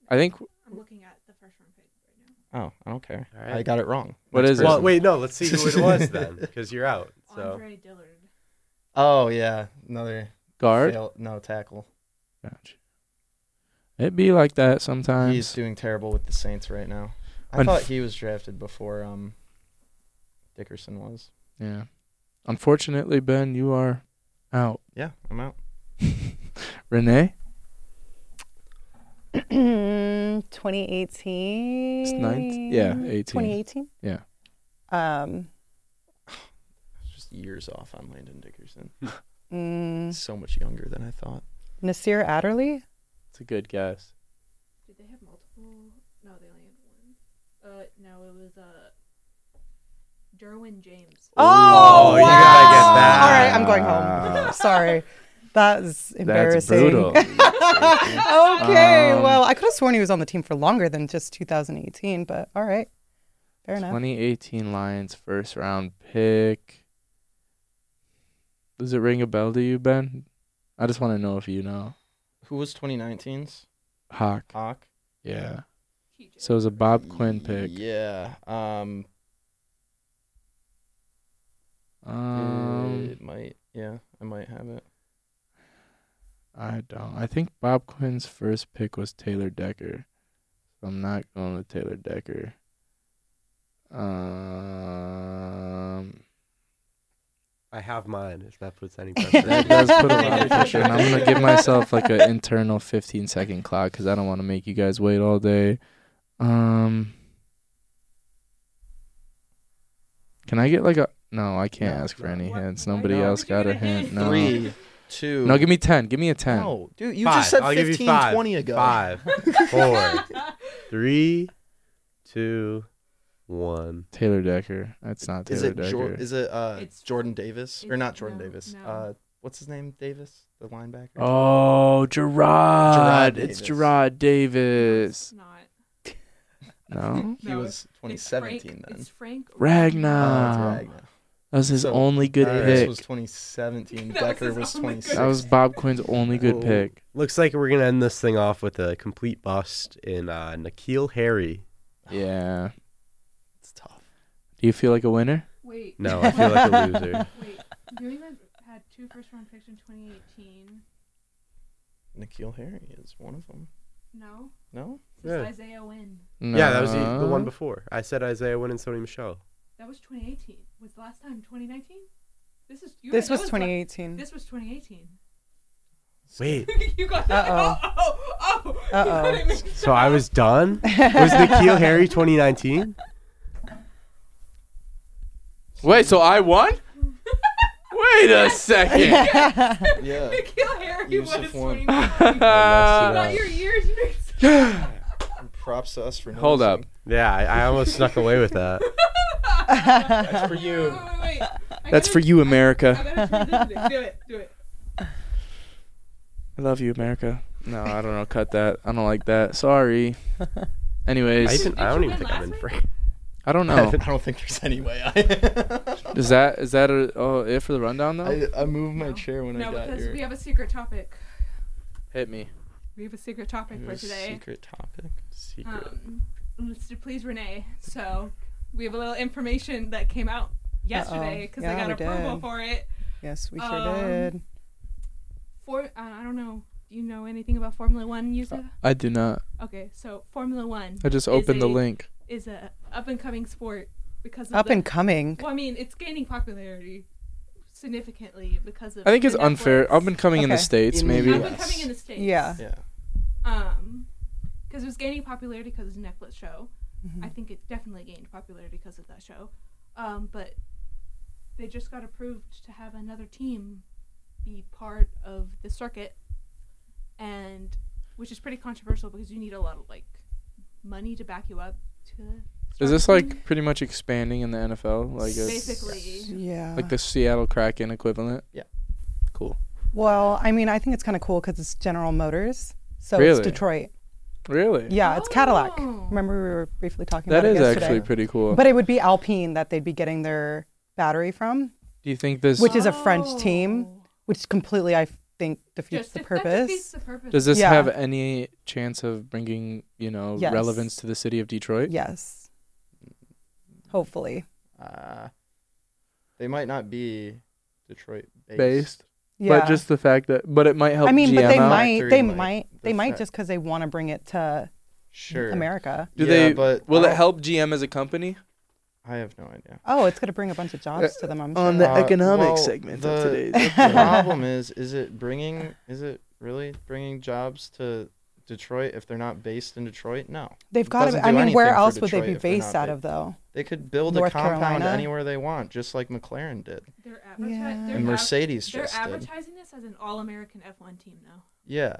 S2: I think
S1: I'm looking at the first round pick right now.
S5: Oh, I don't care.
S4: All right.
S5: I got it wrong.
S2: What
S5: Next
S2: is it?
S5: person.
S4: Well, wait, no, let's see who it was then, because you're out. So
S1: Andre Dillard.
S5: Oh yeah, another
S2: guard.
S5: fail- no tackle.
S2: Gotcha. It be like that sometimes.
S5: He's doing terrible with the Saints right now. I
S2: Unf-
S5: thought he was drafted before um, Dickerson was.
S2: yeah. Unfortunately, Ben, you are out.
S5: Yeah, I'm out.
S2: Renee,
S3: 2018.
S2: It's ninth- yeah, 18.
S3: 2018.
S2: Yeah.
S3: Um.
S5: It's Just years off on Landon Dickerson.
S2: Hmm.
S3: Mm,
S5: So much younger than I thought.
S3: Nasir Adderley.
S2: it's a good guess.
S1: Did they have multiple? No, they only had one. Uh, no, it was uh, Derwin James.
S3: Oh,
S4: you gotta get
S3: wow.
S4: that.
S3: All right, I'm going home. Sorry, that is
S2: That's
S3: embarrassing.
S2: brutal.
S3: okay,
S2: Um,
S3: well, I could have sworn he was on the team for longer than just 2018, but all right, fair enough.
S2: 2018 Lions first round pick. Does it ring a bell to you, Ben? I just want to know if you know.
S5: Who was 2019's?
S2: Hawk.
S5: Hawk.
S2: Yeah.
S1: TJ.
S2: So it was a Bob Quinn pick.
S5: Yeah. Um,
S2: Um,
S5: it might. Yeah, I might have it.
S2: I don't. I think Bob Quinn's first pick was Taylor Decker. So I'm not going with Taylor Decker. Um,
S4: I have mine. If that puts any
S2: that
S4: pressure.
S2: does put a lot of pressure, and I'm gonna give myself like an internal 15 second clock because I don't want to make you guys wait all day. Um, can I get like a? No, I can't
S5: No,
S2: ask for
S4: no.
S2: any
S1: What-
S2: hints.
S1: why
S2: Nobody
S5: not?
S2: else
S1: Would you
S2: got a
S1: get a
S2: hint.
S1: hint?
S2: No.
S5: Three, two.
S2: No, give me ten. Give me a ten.
S5: No, dude, you
S4: Five.
S5: just said
S4: I'll give you
S5: 15,
S4: five.
S5: 20 ago.
S4: Five, four, three, two, one.
S2: Taylor Decker. That's not Taylor
S5: Is it
S2: Decker.
S5: Jor- is it uh
S1: It's-
S5: Jordan Davis or
S1: it's-
S5: not Jordan
S1: no,
S5: Davis?
S1: no.
S5: Uh, what's his name? Davis, the linebacker.
S2: Oh, Gerard.
S5: Gerard
S2: it's
S5: Davis.
S2: Gerard
S1: It's
S2: Davis.
S1: not.
S2: No?
S5: he
S1: No,
S5: was
S1: It's Frank-
S5: 2017 then.
S1: It's Frank
S2: Ragnar.
S5: Oh,
S2: Wow.
S5: it's Ragnar.
S2: That was his
S5: So,
S2: only Ah, good
S5: Alright,
S2: pick.
S5: Uh, This was 2017.
S1: That was
S5: Decker
S1: his
S5: was
S1: only good
S5: 26.
S2: that was Bob Quinn's only good
S4: Oh.
S2: pick.
S4: Looks like we're gonna end this thing off with a complete bust in uh, Nikhil Harry.
S2: Yeah.
S5: It's tough.
S2: Do you feel like a winner?
S1: Wait,
S4: No, I feel like a loser.
S1: wait. New England had two first round picks in 2018.
S5: Nikhil Harry is one of them.
S1: No,
S5: No?
S1: this
S4: Yeah.
S1: is Isaiah Wynn.
S4: Yeah, that was the,
S5: Uh-huh.
S4: the one before. I said Isaiah Wynn and Sony Michelle.
S1: That was 2018. Was the last time 2019? This is you
S3: This
S1: guys-
S3: was
S1: that la-
S3: 2018.
S1: This was 2018.
S4: Wait,
S1: you got that?
S3: Uh-oh.
S1: Oh, oh, oh.
S3: Uh-oh.
S1: You got it mixed
S4: so I was done? Was Nikhil Harry 2019?
S2: Wait, so I won? Wait a second.
S5: Yeah.
S1: Nikhil Harry
S5: Yusuf
S1: was
S5: won.
S1: 2019.
S4: I messed
S1: Got
S4: it
S1: your
S4: up.
S1: years mixed.
S5: Props to us for
S2: Hold up.
S5: noticing.
S4: Yeah, I, I almost snuck away with
S2: Uh.
S4: that.
S5: That's for you.
S1: Wait, wait, wait. I
S2: That's
S1: gotta-
S2: for you,
S1: I
S2: America.
S1: gotta transition it. Do it. Do it.
S2: I love you, America. No, I don't know. Cut that. I don't like that. Sorry. Anyways,
S4: I,
S2: I,
S4: even, I
S1: you
S4: don't even
S1: win
S4: think I'm
S1: last
S4: in
S1: week?
S4: frame.
S2: don't know.
S5: I don't think there's any way. I,
S2: Is that is that a, oh, it for the rundown though?
S5: I, I moved my chair when
S1: No,
S5: I got
S1: because
S5: here.
S1: we have a secret topic.
S2: Hit me.
S1: We have a secret topic for today.
S5: Secret topic. Secret.
S1: Um, it's to please Renee. So we have a little information that came out yesterday because
S3: Yeah,
S1: I
S3: we
S1: got approval
S3: did.
S1: for it.
S3: yes, we sure
S1: Um,
S3: did.
S1: For uh, I don't know. Do you know anything about Formula One,
S3: Uh,
S1: Yusuf?
S2: I do not.
S1: Okay, so Formula One
S2: I
S1: Is
S2: just opened the
S1: a-
S2: link.
S1: is a up and coming sport because of
S3: Up
S1: the-
S3: and coming.
S1: Well, I mean, it's gaining popularity significantly because of.
S2: I think it's
S1: the
S2: unfair.
S1: Netflix-
S2: Up and coming in the
S3: Okay.
S2: states,
S5: In-
S2: maybe.
S1: Up and coming in the states.
S3: Yeah.
S5: Yeah.
S1: Um, because it was gaining popularity because of the Netflix show. I
S2: Mm.
S3: Mhm.
S1: think it definitely gained popularity because of that show. Um, but they just got approved to have another team be part of the circuit, and which is pretty controversial because you need a lot of like money to back you up to. start
S2: Is this
S1: a team.
S2: like pretty much expanding in the NFL? Like it's
S1: basically?
S3: Yeah.
S2: like the Seattle Kraken equivalent?
S5: Yeah.
S2: Cool.
S3: well, I mean, I think it's kind of cool because it's General Motors. So
S2: Really?
S3: it's Detroit.
S2: Really?
S3: Yeah, it's Cadillac.
S1: Oh.
S3: Remember we were briefly talking
S2: That
S3: about
S2: is
S3: it yesterday.
S2: actually pretty cool.
S3: But it would be Alpine that they'd be getting their battery from,
S2: Do you think this
S3: which is a French team,
S1: Oh.
S3: which completely I think defeats
S1: Just
S3: the
S1: if That defeats
S3: purpose.
S1: the purpose.
S2: does this
S3: Yeah.
S2: have any chance of bringing, you know,
S3: Yes.
S2: relevance to the city of Detroit?
S3: Yes. Hopefully.
S5: Uh, they might not be Detroit based.
S2: Based.
S3: Yeah.
S2: But just the fact that but it might help
S3: I mean, but they
S2: GM out.
S3: might, they
S5: Factory, like,
S3: might,
S5: the
S3: they might
S5: fact-
S3: just because they want to bring it to
S5: Sure.
S3: America.
S2: Do
S5: Yeah,
S2: they
S5: but
S2: will
S5: I
S2: it
S5: don't-
S2: help GM as a company?
S5: I have no idea.
S3: Oh, it's gonna bring a bunch of jobs to them. I'm
S5: Uh,
S3: sure.
S2: on The economic
S5: well,
S2: segment
S5: the,
S2: of today's
S5: The
S2: episode.
S5: problem is, is it bringing? Is it really bringing jobs to Detroit if they're not based in Detroit? No.
S3: They've got.
S5: doesn't
S3: To, I
S5: do
S3: mean, where
S5: anything for
S3: else would they
S5: Detroit
S3: be
S5: if they're
S3: based
S5: not
S3: out
S5: big.
S3: of though?
S5: They could build
S3: North
S5: a compound
S3: Carolina?
S5: anywhere they want, just like McLaren did,
S1: They're advertising.
S3: Yeah.
S1: They're,
S5: and
S1: ad-
S5: Mercedes
S1: they're
S5: just did.
S1: advertising this as an all-American F1 team now.
S5: Yeah.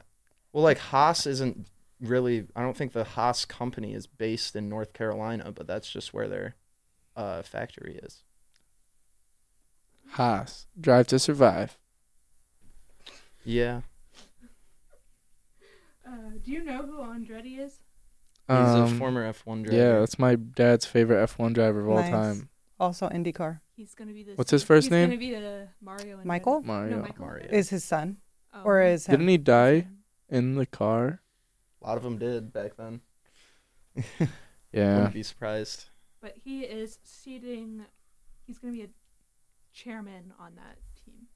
S5: Well, like Haas isn't really. I don't think the Haas company is based in North Carolina, but that's just where their uh, factory is.
S2: Haas. Drive to survive.
S5: Yeah.
S1: Uh, do you know who Andretti is?
S5: He's
S2: Um,
S5: a former F1 driver.
S2: yeah, that's my dad's favorite F one driver of all
S3: Nice.
S2: time.
S3: Also, IndyCar.
S1: He's gonna be the.
S2: What's his
S1: he's
S2: first name?
S1: Gonna be the Mario. Andretti.
S3: Michael
S1: No,
S2: Mario.
S1: Michael.
S5: Mario.
S3: is his son,
S1: Oh.
S3: or is him?
S2: Didn't he die in the car?
S5: A lot of them did back then.
S2: Yeah.
S5: Wouldn't be surprised.
S1: But he is seating. He's gonna be a chairman on that team.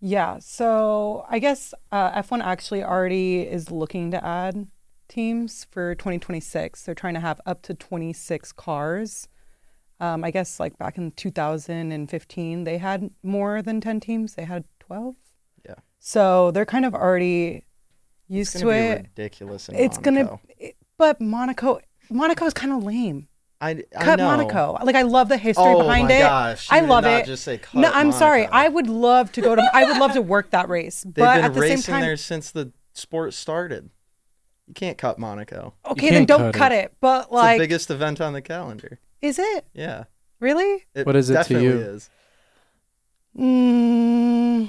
S3: Yeah. So I guess uh, F1 actually already is looking to add teams for 2026. They're trying to have up to 26 cars. Um, I guess like back in 2015, they had more than 10 teams. They had 12.
S5: Yeah.
S3: So they're kind of already
S5: It's
S3: used
S5: gonna
S3: to
S5: be
S3: it.
S5: ridiculous. In
S3: It's
S5: Monaco.
S3: gonna, it- but Monaco, Monaco is kind of lame.
S5: I, I
S3: Cut
S5: know.
S3: Monaco. Like I love the history
S5: Oh
S3: behind
S5: my
S3: it.
S5: gosh, you
S3: I
S5: did
S3: love
S5: not
S3: it.
S5: just say cut
S3: no, I'm sorry.
S5: Monaco.
S3: I would love to go to. I would love to work that race,
S5: They've
S3: but
S5: been
S3: at the
S5: racing
S3: same time,
S5: there since the sport started. You can't cut Monaco.
S3: okay, then
S2: can't
S3: don't
S2: cut
S3: cut it. But
S5: It's the
S3: like,
S5: biggest event on the calendar.
S3: is it
S5: Yeah.
S3: really?
S2: What is it to
S5: definitely
S2: you?
S5: Is.
S3: Mm,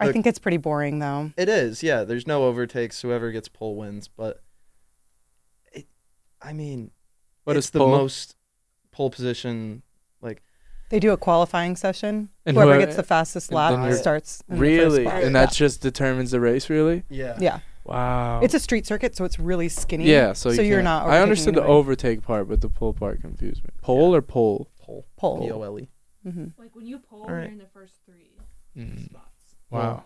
S3: I
S5: Look-
S3: think it's pretty boring though.
S5: It is. Yeah. There's no overtakes. Whoever gets pole wins. But it, I mean,
S2: What
S5: it's
S2: is
S5: the
S2: pole?
S5: most pole position? Like
S3: They do a qualifying session.
S2: And
S3: Whoever
S2: whoever-
S3: gets the fastest
S2: and
S3: lap
S2: then you're-
S3: starts in the first
S2: Really?
S3: spot.
S2: And that just determines the race, really?
S5: yeah.
S3: yeah.
S2: Wow.
S3: It's a street circuit, so it's really skinny.
S2: yeah, so, you
S3: are
S2: can't-
S3: not.
S2: I understood the
S3: overtaking anybody.
S2: overtake part, but the pull part confused me. Pole or pole?
S5: Pole.
S3: pole.
S5: P O L E.
S3: hmm
S1: Like when you poll,
S5: All right.
S1: you're in the first three
S2: Mm.
S1: spots.
S2: Wow.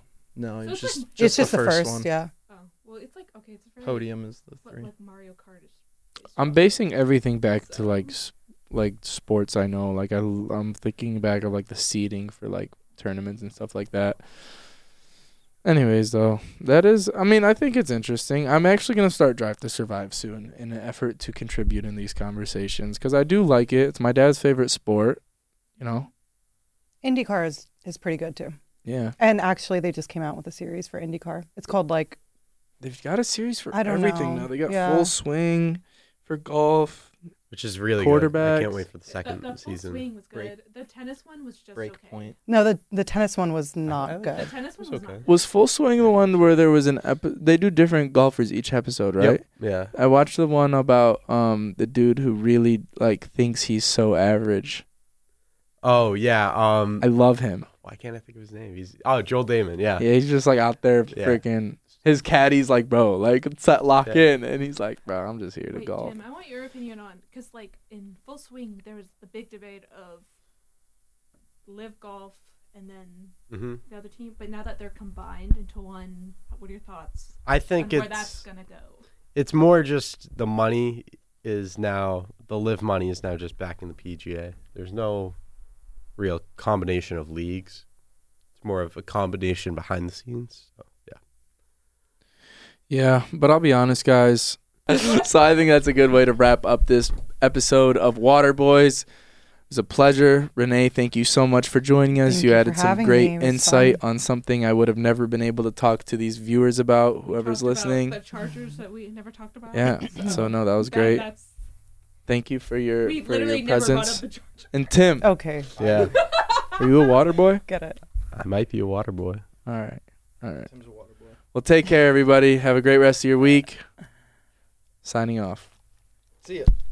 S1: So
S5: No, it's
S1: it's
S5: just,
S1: like-
S5: just
S3: it's just
S5: the first, one.
S3: yeah.
S1: Oh well, it's like okay, it's very
S5: Podium is the
S1: What,
S5: three.
S1: like Mario Kart is. based
S2: I'm
S1: on.
S2: basing everything back to like s- like sports I know. Like I am thinking back of like the seeding for like tournaments and stuff like that. Anyways, though, that is I mean, I think it's interesting. I'm actually going to start Drive to Survive soon in an effort to contribute in these conversations cuz I do like it. It's my dad's favorite sport, you know.
S3: IndyCar is, is pretty good too.
S2: Yeah.
S3: And actually, they just came out with a series for IndyCar. It's called like
S2: They've got a series for
S3: I don't
S2: everything
S3: know.
S2: now. They got
S3: Yeah.
S2: full swing for golf.
S4: which is really good. I
S2: Quarterbacks.
S4: can't wait for the
S1: The-
S4: second
S1: the, full
S4: season.
S1: swing was good.
S5: Break-
S1: The tennis one was just
S5: Break
S1: okay.
S5: point.
S3: no, the the tennis one was
S4: I
S3: not
S4: like
S1: The
S3: good.
S1: tennis one
S4: It's
S1: was
S4: okay.
S1: not.
S2: Was Full Swing the one where there was an epi- they do different golfers each episode, right?
S4: Yep. Yeah.
S2: I watched the one about um the dude who really like thinks he's so average.
S4: Oh yeah. Um.
S2: I love him.
S4: why can't I think of his name? He's oh Joel Damon. Yeah.
S2: Yeah, he's just like out there
S4: Yeah.
S2: freaking his caddy's like, "Bro, like set lock
S4: Yeah.
S2: in." And he's like, "Bro, I'm just here to
S1: Wait,
S2: golf."
S1: Tim, I want your opinion on because like in full swing there was the big debate of live golf and then
S4: hmm
S1: the other team, but now that they're combined into one, what are your thoughts
S4: I think
S1: on
S4: it's
S1: where that's gonna go?
S4: it's more just the money is now the live money is now just backing the PGA. There's no real combination of leagues. It's more of a combination behind the scenes. So, yeah.
S2: Yeah, but I'll be honest, guys. so I think that's a good way to wrap up this episode of Water Boys. It was a pleasure, Renee. Thank you so much for joining us.
S3: Thank
S2: you,
S3: you for
S2: added some
S3: having
S2: great
S3: me. It was
S2: insight on something I would have never been able to talk to these viewers about.
S1: We
S2: Whoever's
S1: talked about
S2: listening,
S1: the Chargers that we never talked about.
S2: yeah. So no, that was great.
S1: That, that's,
S2: Thank you for your
S1: we
S2: for
S1: literally
S2: your
S1: never brought up
S2: presence.
S1: the Chargers.
S2: And Tim,
S3: Okay,
S4: Yeah.
S2: are you a water boy?
S3: get it.
S4: I might be a water boy.
S2: All right, all right.
S5: Tim's a water boy.
S2: Well, take care, everybody. Have a great rest of your week. Signing off.
S5: See ya.